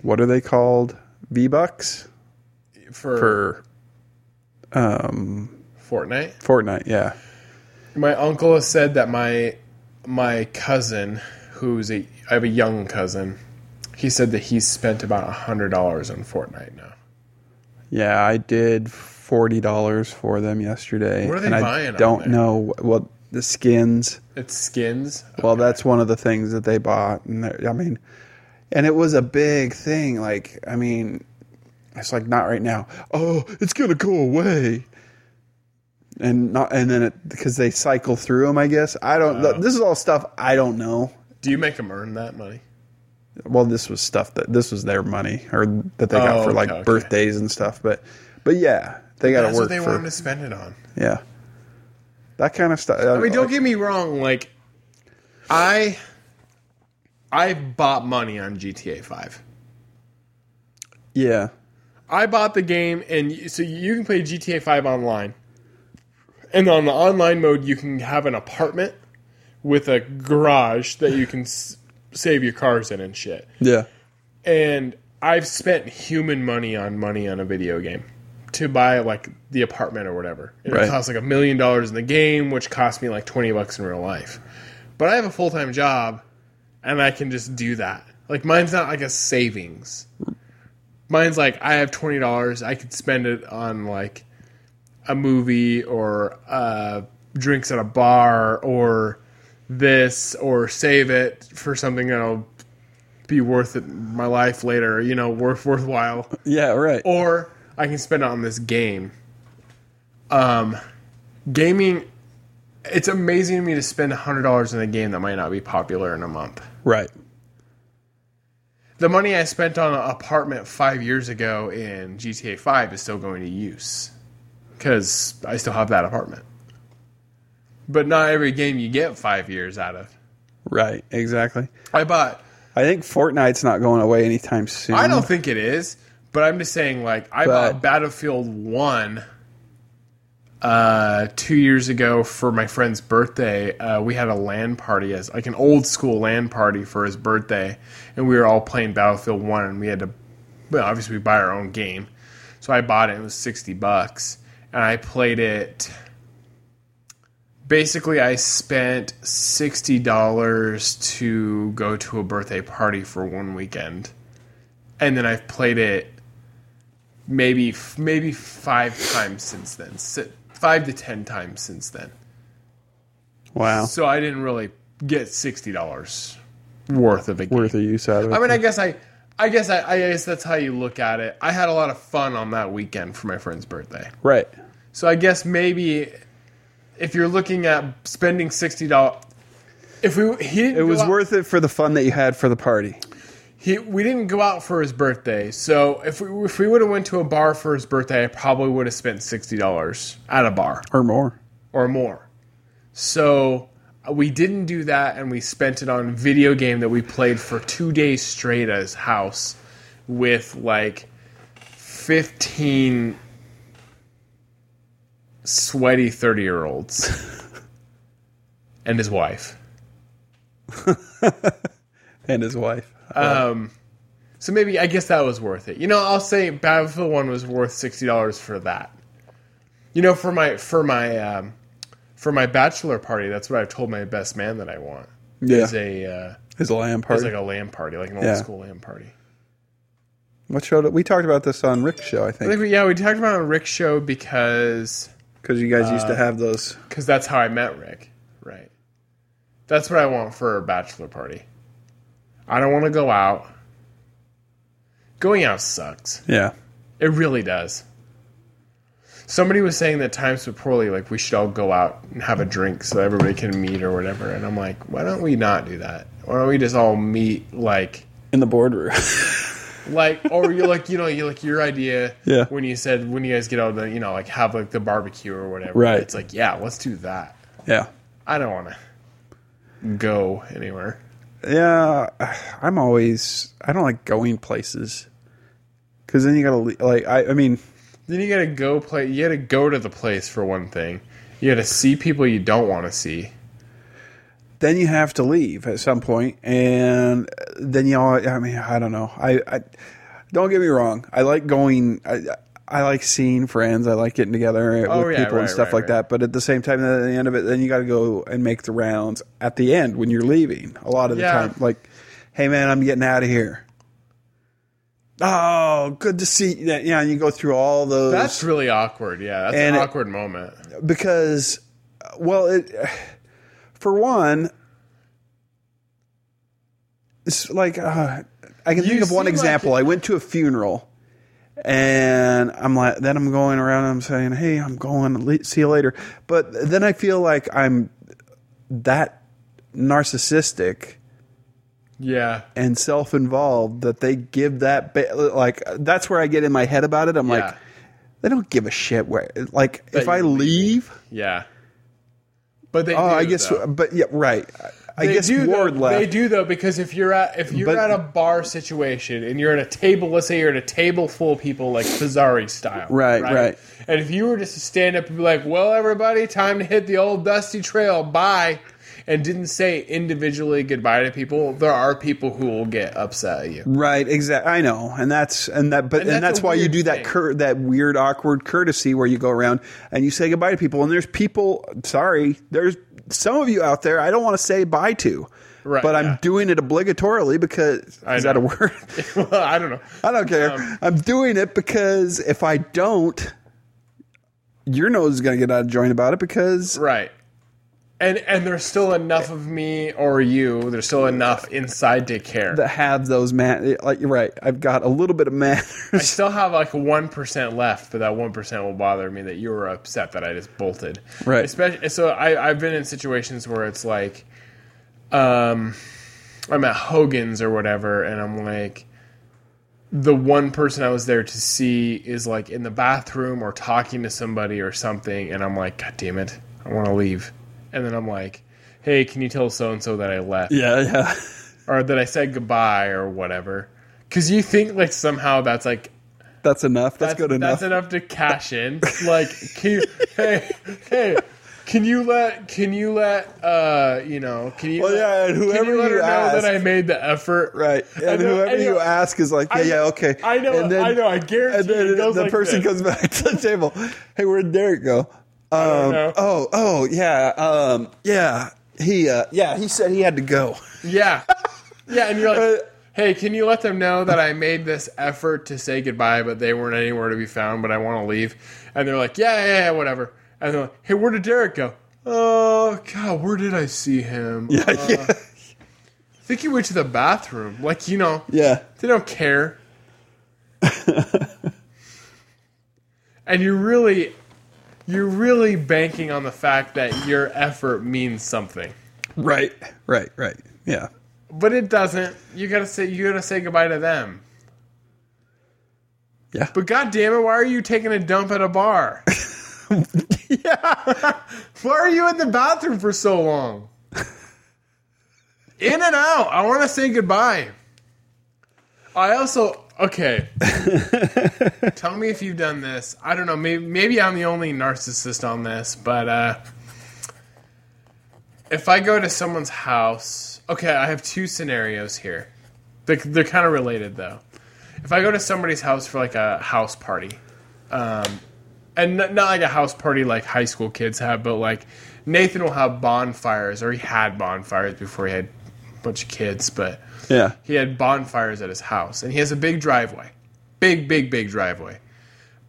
S2: what are they called v bucks
S1: For,
S2: for
S1: Fortnite,
S2: fortnite yeah
S1: my uncle has said that my my cousin, who's a I have a young cousin, he said that he's spent about a hundred dollars on Fortnite now.
S2: yeah i did $40 for them yesterday
S1: What are they
S2: and
S1: buying on
S2: i don't
S1: there?
S2: know well the skins
S1: It's skins.
S2: Well, that's one of the things that they bought, and they're- I mean, and it was a big thing. Like, I mean, it's like not right now. Oh, it's gonna go away, and not, and then it because they cycle through them. I guess I don't. This is all stuff I don't know.
S1: Do you make them earn that money?
S2: Well, this was stuff that this was their money or that they got
S1: Oh,
S2: for like
S1: okay, okay.
S2: birthdays and stuff. But, but yeah, they got to
S1: That's
S2: work
S1: what they
S2: for
S1: wanted to spend it on.
S2: yeah, that uh, kind of stuff.
S1: I mean, don't get me wrong. Like, I I bought money on GTA Five.
S2: yeah,
S1: I bought the game, and y- so you can play GTA Five online. And on the online mode, you can have an apartment with a garage that you can s- save your cars in and shit.
S2: yeah,
S1: And I've spent human money on money on a video game to buy like the apartment or whatever. And
S2: Right.
S1: It costs like a million dollars in the game, which cost me like twenty bucks in real life. But I have a full time job, and I can just do that. Like mine's not like a savings. Mine's like I have twenty dollars. I could spend it on like a movie or uh, drinks at a bar or this or save it for something that'll be worth it my life later. You know, worth worthwhile
S2: yeah, right.
S1: or I can spend it on this game. Um, gaming, it's amazing to me to spend hundred dollars in a game that might not be popular in a month.
S2: Right.
S1: The money I spent on an apartment five years ago in GTA Five is still going to use because I still have that apartment. But not every game you get five years out of.
S2: Right. Exactly.
S1: I bought.
S2: I think Fortnite's not going away anytime soon.
S1: I don't think it is, but I'm just saying. Like I
S2: But-
S1: bought Battlefield One uh, two years ago for my friend's birthday. Uh, we had a LAN party as like an old school LAN party for his birthday, and we were all playing Battlefield One, and we had to. Well, obviously, we buy our own game, so I bought it. It was sixty bucks, and I played it. Basically, I spent sixty dollars to go to a birthday party for one weekend and then I've played it maybe maybe five times since then, Si- five to ten times since then.
S2: Wow.
S1: So I didn't really get sixty dollars worth of a game.
S2: Worth of use out of it.
S1: I mean, I guess I, I guess I, I guess that's how you look at it. I had a lot of fun on that weekend for my friend's birthday.
S2: right.
S1: So I guess maybe if you're looking at spending sixty dollars, if we he
S2: It was worth it for the fun that you had for the party.
S1: he we didn't go out for his birthday so if we if we would have went to a bar for his birthday i probably would have spent $60 at a bar
S2: Or more.
S1: or more so uh, we didn't do that and we spent it on a video game that we played for two days straight at his house with like 15 sweaty 30 year olds and his wife.
S2: and his wife.
S1: Um, So maybe I guess that was worth it. You know, I'll say Battlefield One was worth sixty dollars for that. You know, for my for my um, for my bachelor party, that's what I've told my best man that I want.
S2: Yeah,
S1: Is a uh,
S2: his lamb
S1: is
S2: party.
S1: like a lamb party, like an old
S2: Yeah.
S1: school lamb party.
S2: what show? Did, we talked about this on Rick's show, I
S1: I
S2: think,
S1: think we, yeah, we talked about it on Rick's show because
S2: because you guys used to have those.
S1: because that's how I met Rick. Right. That's what I want for a bachelor party. I don't want to go out. Going out sucks.
S2: Yeah,
S1: It really does. Somebody was saying that times so poorly, like we should all go out and have a drink so everybody can meet or whatever. And I'm like, why don't we not do that? Why don't we just all meet like,
S2: in the boardroom.
S1: like, or you like, you know, you like your idea
S2: Yeah.
S1: when you said when you guys get out, the you know, like have like the barbecue or whatever.
S2: Right.
S1: It's like, yeah, let's do that.
S2: yeah,
S1: I don't want to go anywhere.
S2: yeah. I'm always. I don't like going places because then you gotta le- like. I. I mean,
S1: Then you gotta go play. You gotta go to the place for one thing. You gotta see people you don't want to see.
S2: then you have to leave at some point, and then you all. I mean, I don't know. I, I don't get me wrong. I like going. I, I like seeing friends. I like getting together with
S1: Oh, yeah,
S2: people
S1: right,
S2: and stuff
S1: right,
S2: like
S1: right.
S2: that. But at the same time, at the end of it, then you got to go and make the rounds at the end when you're leaving. A lot of the
S1: Yeah.
S2: time, like, hey man, I'm getting out of here. Oh, good to see you. Yeah, and you go through all those
S1: That's really awkward. Yeah, that's
S2: And
S1: an
S2: it-
S1: awkward moment.
S2: because well it for one it's like uh, i can think of
S1: seem like
S2: one example
S1: it-
S2: i went to a funeral and i'm like then i'm going around and i'm saying hey i'm going Le- see you later but then i feel like i'm that narcissistic
S1: Yeah,
S2: and self-involved that they give that ba- like that's where i get in my head about it i'm like
S1: Yeah.
S2: they don't give a shit where like if
S1: you're
S2: i leave
S1: yeah. But they.
S2: Oh,
S1: do,
S2: I guess,
S1: Though.
S2: but yeah, right. I
S1: They
S2: guess
S1: do,
S2: more
S1: though,
S2: left.
S1: They do though because if you're at if you're
S2: But-
S1: at a bar situation and you're at a table, let's say you're at a table full of people like Pizzari style,
S2: Right, right.
S1: And if you were just to stand up and be like, "Well, everybody, time to hit the old dusty trail, bye," and didn't say individually goodbye to people, there are people who will get upset at you.
S2: Right, exactly. I know, and that's and that, but and,
S1: that's
S2: that's,
S1: a
S2: why you
S1: weird
S2: do that
S1: thing.
S2: cur- that weird, awkward courtesy where you go around and you say goodbye to people. And there's people. Sorry, there's some of you out there I don't want to say bye to,
S1: Right,
S2: but I'm
S1: yeah.
S2: doing it obligatorily because
S1: I
S2: is that a
S1: know. Um,
S2: word?
S1: well, I don't know.
S2: I don't care. I'm doing it because if I don't, your nose is going to get out of joint about it because
S1: Right. And and there's still enough of me or you, there's still enough inside to care.
S2: that have those man. Like you're right. I've got a little bit of manners.
S1: I still have like one percent left, but that one percent will bother me that you were upset that I just bolted.
S2: Right.
S1: Especially so I, I've been in situations where it's like um I'm at Hogan's or whatever and I'm like the one person I was there to see is like in the bathroom or talking to somebody or something, and I'm like, God damn it, I want to leave. And then I'm like, Hey, can you tell so and so that I left
S2: Yeah, yeah.
S1: or that I said goodbye or whatever? Because you think like somehow that's like
S2: That's enough. That's, good enough.
S1: that's enough to cash in. Like, can you, hey, hey, can you let, can you let, uh, you know, can you,
S2: Well,
S1: let,
S2: yeah, and
S1: can
S2: whoever
S1: you let
S2: you
S1: her know
S2: ask.
S1: that I made the effort?
S2: right.
S1: I
S2: And
S1: know-
S2: whoever
S1: I know-
S2: you ask is like, yeah,
S1: I-
S2: yeah, okay.
S1: I know,
S2: And then,
S1: I know, I guarantee
S2: And then
S1: it goes
S2: the
S1: like
S2: person
S1: this.
S2: comes back to the table. Hey, where'd Derek go?
S1: don't
S2: Um,
S1: know.
S2: oh, oh, yeah, um, yeah. He, uh, yeah, he said he had to go.
S1: Yeah. Yeah. And you're
S2: Uh,
S1: like, hey, can you let them know that I made this effort to say goodbye, but they weren't anywhere to be found, but I want to leave? And they're like, yeah, yeah, yeah, whatever. And they're like, hey, where did Derek go? Oh, God, where did I see him?
S2: Yeah, yeah,
S1: I think he went to the bathroom. Like, you know,
S2: yeah.
S1: They don't care. and you're really you're really banking on the fact that your effort means something.
S2: Right, right, right. Yeah,
S1: But it doesn't. You gotta say you gotta say goodbye to them.
S2: Yeah.
S1: But god damn it, why are you taking a dump at a bar? yeah. why are you in the bathroom for so long? In and out. I wanna say goodbye. I also Okay. Tell me if you've done this. I don't know. Maybe, maybe I'm the only narcissist on this, but uh, if I go to someone's house, okay, I have two scenarios here. They're, they're kind of related, though. If I go to somebody's house for like a house party, um, and not, not like a house party like high school kids have, but like Nathan will have bonfires, or he had bonfires before he had a bunch of kids, but
S2: Yeah.
S1: he had bonfires at his house and he has a big driveway big big big driveway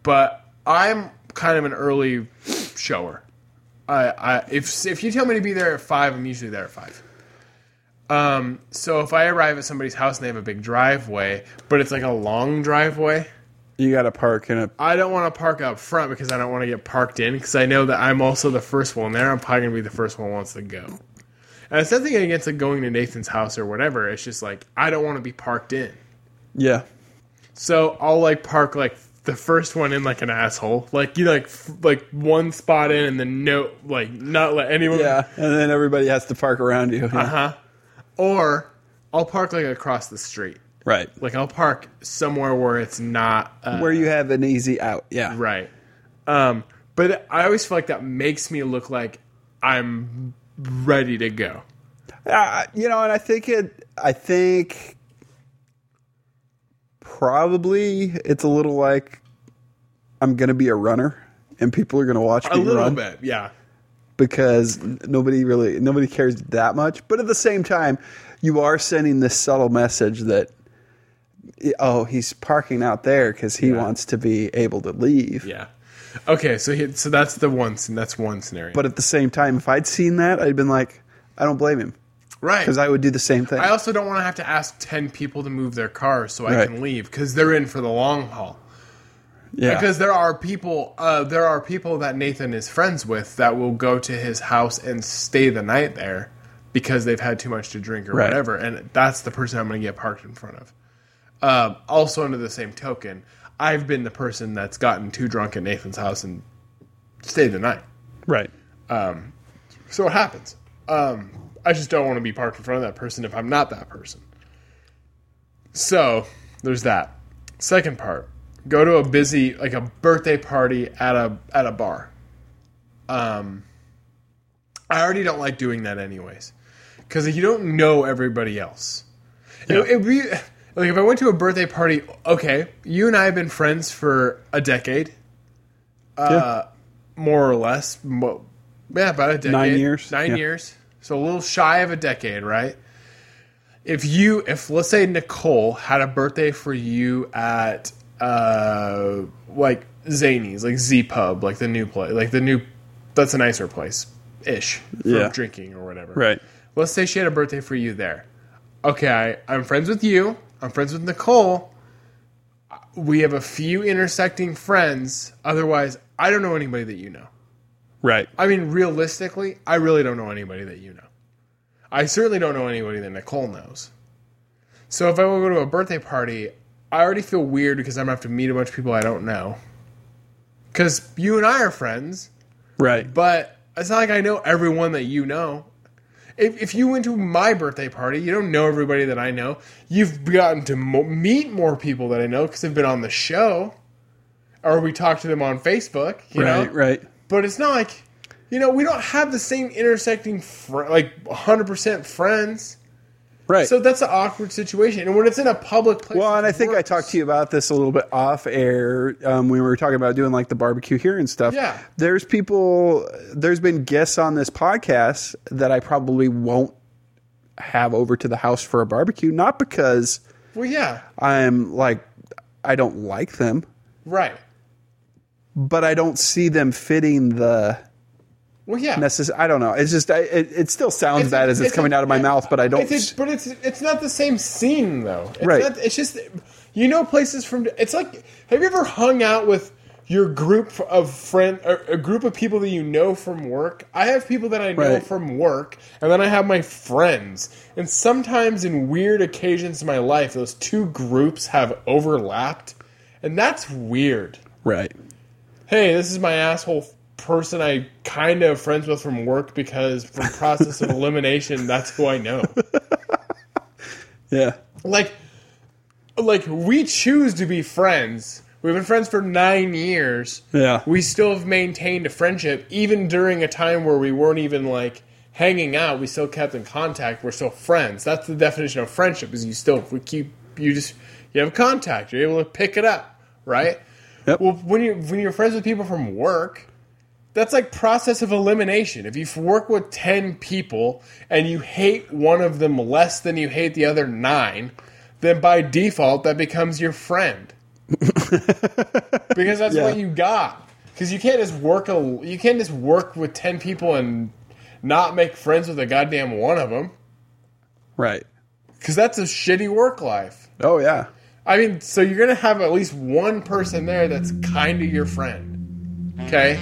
S1: but i'm kind of an early shower I, I if if you tell me to be there at five i'm usually there at five um so if i arrive at somebody's house and they have a big driveway but it's like a long driveway
S2: You got to park in a.
S1: I don't want to park up front because I don't want to get parked in because I know that I'm also the first one there. I'm probably going to be the first one who wants to go. And it's nothing against like going to Nathan's house or whatever. It's just like I don't want to be parked in.
S2: Yeah.
S1: So I'll like park like the first one in like an asshole. Like you like f- like one spot in and then no like not let anyone
S2: Yeah. And then everybody has to park around you. Yeah.
S1: Uh-huh. Or I'll park like across the street.
S2: Right.
S1: Like I'll park somewhere where it's not uh,
S2: Where you have an easy out. Yeah.
S1: Right. Um, but I always feel like that makes me look like I'm ready to go.
S2: Uh, you know, and I think it. I think probably it's a little like I'm going to be a runner, and people are going to watch
S1: A
S2: me
S1: little
S2: run
S1: bit, yeah.
S2: because nobody really nobody cares that much. But at the same time, you are sending this subtle message that oh, he's parking out there because he wants to be able to leave.
S1: Yeah. Okay, so he, so that's the one s- that's one scenario.
S2: But at the same time, if I'd seen that, I'd been like, I don't blame him
S1: right.
S2: because I would do the same thing.
S1: I also don't want to have to ask 10 people to move their cars so I
S2: Right.
S1: can leave cuz they're in for the long haul.
S2: yeah,
S1: Because there are people uh, there are people that Nathan is friends with that will go to his house and stay the night there because they've had too much to drink or
S2: Right.
S1: whatever and that's the person I'm going to get parked in front of. Um, also under the same token, I've been the person that's gotten too drunk at Nathan's house and stayed the night.
S2: right.
S1: So it happens. Um, I just don't want to be parked in front of that person if I'm not that person. So there's that. Second part: go to a busy, like a birthday party at a at a bar. Um, I already don't like doing that anyways, because you don't know everybody else. You know, it'd be- like if I went to a birthday party. Okay, you and I have been friends for a decade uh,
S2: Yeah.
S1: more or less. mo- Yeah, about a decade.
S2: Nine years,
S1: Nine
S2: yeah.
S1: years. So a little shy of a decade, right? If you, if let's say Nicole had a birthday for you at uh like Zany's, like Z Pub, like the new place, like the new, that's a nicer place ish for
S2: Yeah.
S1: drinking or whatever.
S2: right.
S1: Let's say she had a birthday for you there. Okay, I, I'm friends with you. I'm friends with Nicole. We have a few intersecting friends. Otherwise, I don't know anybody that you know.
S2: Right.
S1: I mean, realistically, I really don't know anybody that you know. I certainly don't know anybody that Nicole knows. So if I want to go to a birthday party, I already feel weird because I'm going to have to meet a bunch of people I don't know. Because you and I are friends
S2: Right.
S1: but it's not like I know everyone that you know. If, if you went to my birthday party, you don't know everybody that I know. You've gotten to mo- meet more people that I know because they've been on the show, or we talked to them on Facebook. You
S2: right.
S1: know,
S2: Right.
S1: but it's not like you know we don't have the same intersecting fr- like hundred percent friends.
S2: Right.
S1: So that's an awkward situation. And when it's in a public place,
S2: well, and I think I talked to you about this a little bit off air um, when we were talking about doing like the barbecue here and stuff.
S1: Yeah.
S2: There's people, there's been guests on this podcast that I probably won't have over to the house for a barbecue, not because
S1: Well, yeah,
S2: I'm like, I don't like them,
S1: right.
S2: but I don't see them fitting the
S1: Well, yeah.
S2: necessary. I don't know. It's just, I, it, it still sounds
S1: It's a-
S2: bad as it's,
S1: it's a-
S2: coming out of my mouth, but I don't.
S1: It's a, but it's it's not the same scene though. It's
S2: Right.
S1: Not, it's just you know places from. It's like have you ever hung out with your group of friend or a group of people that you know from work? I have people that I know
S2: Right.
S1: from work, and then I have my friends. And sometimes in weird occasions in my life, those two groups have overlapped, and that's weird
S2: right.
S1: hey, this is my asshole person I kind of friends with from work because from process of elimination, that's who I know.
S2: Yeah.
S1: Like, like we choose to be friends. We've been friends for nine years.
S2: Yeah.
S1: We still have maintained a friendship even during a time where we weren't even like hanging out. We still kept in contact. We're still friends. That's the definition of friendship is you still we keep you just you have contact. You're able to pick it up, right?
S2: Yep.
S1: Well, when you when you're friends with people from work, that's like process of elimination. If you work with 10 people and you hate one of them less than you hate the other 9, then by default that becomes your friend. because that's
S2: Yeah.
S1: what you got. Cuz you can't just work a you can't just work with 10 people and not make friends with a goddamn one of them
S2: right.
S1: cuz that's a shitty work life.
S2: Oh yeah.
S1: I mean, so you're gonna have at least one person there that's kind of your friend. Okay.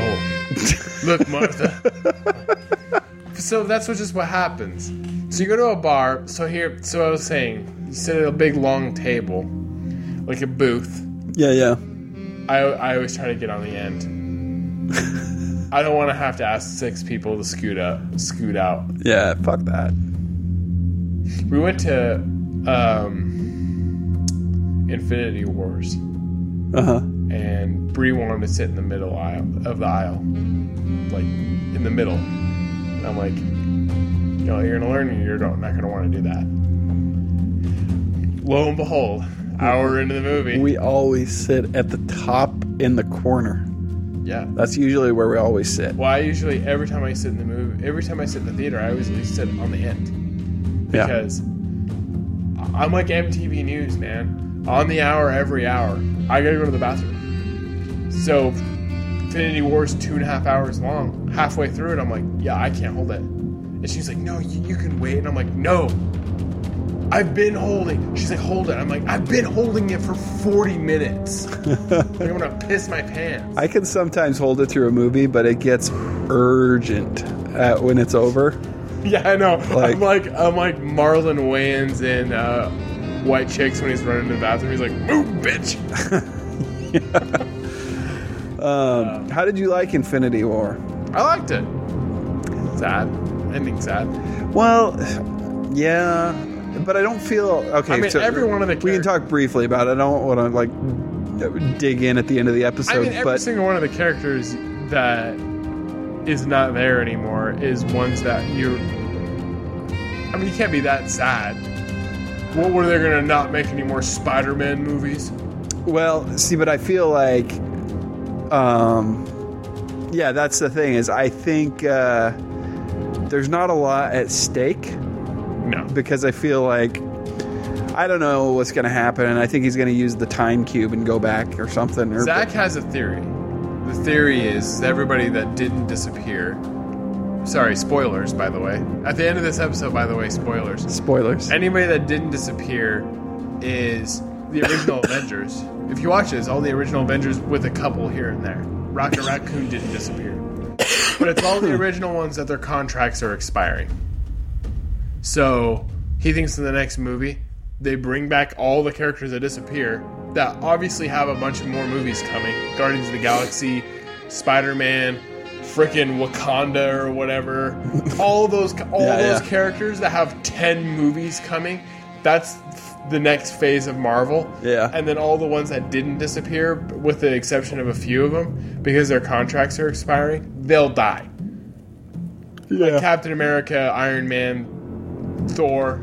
S1: Oh, look, Martha. so that's what just what happens. So you go to a bar. So here, so I was saying, you sit at a big long table, like a booth.
S2: Yeah, yeah.
S1: I I always try to get on the end. I don't want to have to ask six people to scoot up, scoot out.
S2: Yeah, fuck that.
S1: We went to um, Infinity Wars.
S2: Uh-huh.
S1: and Bree wanted to sit in the middle aisle of the aisle, like in the middle. And I'm like, you know, you're gonna learn, and you're not not gonna want to do that. Lo and behold, hour into the movie,
S2: We always sit at the top in the corner.
S1: yeah.
S2: That's usually where we always sit.
S1: Well, I usually every time I sit in the movie, every time I sit in the theater, I always at least sit on the end
S2: Yeah.
S1: because I- I'm like MTV News, man. On the hour, every hour, I gotta go to the bathroom. So, Infinity War's two and a half hours long. Halfway through it, I'm like, yeah, I can't hold it. And she's like, no, you, you can wait. And I'm like, no, I've been holding. She's like, hold it. I'm like, I've been holding it for 40 minutes. like, I'm gonna piss my pants.
S2: I can sometimes hold it through a movie, but it gets urgent uh when it's over.
S1: Yeah, I know.
S2: Like-
S1: I'm like I'm like Marlon Wayans in uh, White Chicks when he's running to the bathroom. He's like, "Move, bitch!"
S2: Um, how did you like Infinity War?
S1: I liked it. Sad ending. Sad.
S2: Well, yeah, but I don't feel okay.
S1: I mean,
S2: so
S1: every one of the
S2: we can
S1: characters-
S2: talk briefly about. it. I don't want to like dig in at the end of the episode,
S1: I mean, every
S2: but
S1: single one of the characters that is not there anymore is ones that you. I mean, you can't be that sad. What were they gonna not make any more Spider-Man movies?
S2: well, see, but I feel like, um, yeah, that's the thing is I think uh, there's not a lot at stake
S1: No.
S2: because I feel like. I don't know what's going to happen, and I think he's going to use the time cube and go back or something. Or
S1: Zach has a theory. The theory is everybody that didn't disappear. Sorry, spoilers, by the way. At the end of this episode, by the way, spoilers.
S2: spoilers.
S1: Anybody that didn't disappear is the original Avengers. If you watch this, all the original Avengers with a couple here and there. Rocket Raccoon didn't disappear. But it's all the original ones that their contracts are expiring. So he thinks in the next movie, they bring back all the characters that disappear that obviously have a bunch more movies coming Guardians of the Galaxy, Spider Man, frickin' Wakanda or whatever. All those, all
S2: Yeah,
S1: those
S2: yeah.
S1: characters that have 10 movies coming. That's the next phase of Marvel.
S2: Yeah.
S1: And then all the ones that didn't disappear, with the exception of a few of them, because their contracts are expiring, they'll die.
S2: yeah.
S1: Captain America, Iron Man, Thor.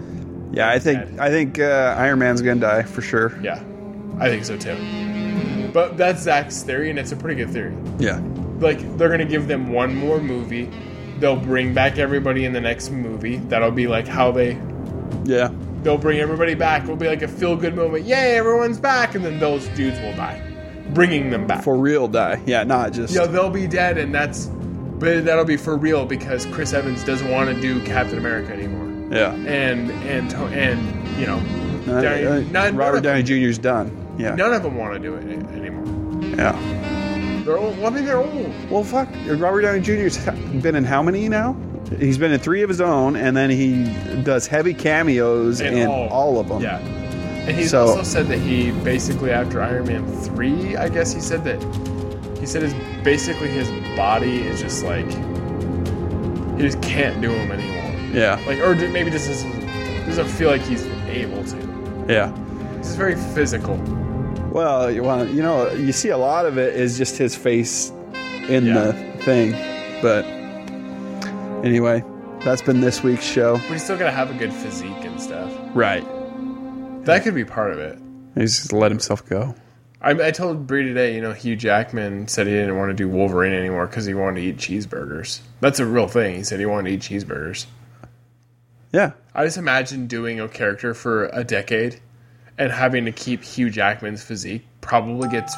S2: Yeah, I think I think uh, Iron Man's gonna die for sure.
S1: Yeah, I think so too. But that's Zach's theory, and it's a pretty good theory.
S2: Yeah,
S1: Like they're gonna give them one more movie. They'll bring back everybody in the next movie. That'll be like how they
S2: yeah,
S1: they'll bring everybody back. It'll be like a feel good moment. Yay, everyone's back, and then those dudes will die, bringing them back.
S2: for real die. Yeah, not just
S1: Yeah, they'll be dead, and that's but that'll be for real because Chris Evans doesn't want to do Captain America anymore,
S2: yeah.
S1: and and to- and you know,
S2: Uh,
S1: Downey-
S2: uh,
S1: none, none,
S2: Robert
S1: of, them-
S2: Downey Jr.'s done. Yeah,
S1: none of them want to do it a- anymore.
S2: yeah.
S1: They're old. Well, I mean, they're old.
S2: Well, fuck. Robert Downey Jr.'s ha- been in how many now? He's been in three of his own, and then he does heavy cameos in,
S1: In
S2: all. of them.
S1: Yeah. And he's
S2: So-
S1: also said that he basically after Iron Man three, I guess he said that he said his basically his body is just like he just can't do him anymore.
S2: yeah,
S1: Like or d- maybe just doesn't, doesn't feel like he's able to.
S2: Yeah.
S1: This is very physical.
S2: Well, you want to, you know, you see a lot of it is just his face in
S1: Yeah.
S2: the thing. But anyway, that's been this week's show.
S1: But he's still got to have a good physique and stuff.
S2: Right.
S1: That could be part of it.
S2: He's just let himself go.
S1: I, I told Bree today, you know, Hugh Jackman said he didn't want to do Wolverine anymore because he wanted to eat cheeseburgers. That's a real thing. He said he wanted to eat cheeseburgers.
S2: Yeah.
S1: I just imagine doing a character for a decade and having to keep Hugh Jackman's physique probably gets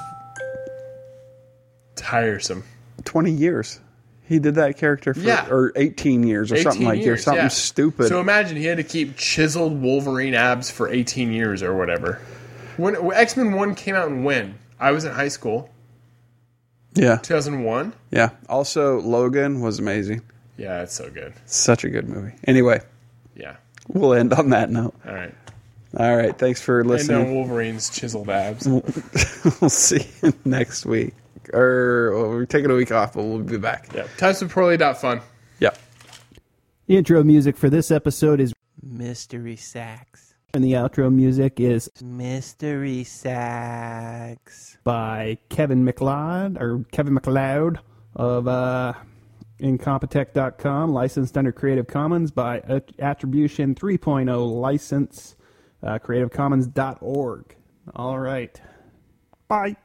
S1: tiresome.
S2: 20 years. He did that character for
S1: Yeah.
S2: or 18 years or
S1: 18
S2: something like
S1: years,
S2: or something
S1: yeah.
S2: stupid.
S1: So imagine he had to keep chiseled Wolverine abs for 18 years or whatever. When X Men 1 came out and when? I was in high school,
S2: yeah.
S1: 2001.
S2: Yeah. Also Logan was amazing.
S1: Yeah, it's so good.
S2: Such a good movie. Anyway,
S1: Yeah.
S2: we'll end on that note.
S1: All right.
S2: All right, thanks for
S1: And then
S2: listening.
S1: Wolverine's chiseled abs.
S2: we'll see you next week. Or well, we're taking a week off, but we'll be back.
S1: Yeah. Times of poorly dot fun.
S2: Yep.
S3: Intro music for this episode is
S4: Mystery Sacks.
S3: and the outro music is
S4: Mystery Sacks.
S3: by Kevin McLeod or Kevin McLeod of uh, Incompetech.com, licensed under Creative Commons by At- Attribution oh, 3.0 license, uh, CreativeCommons.org. All right. Bye.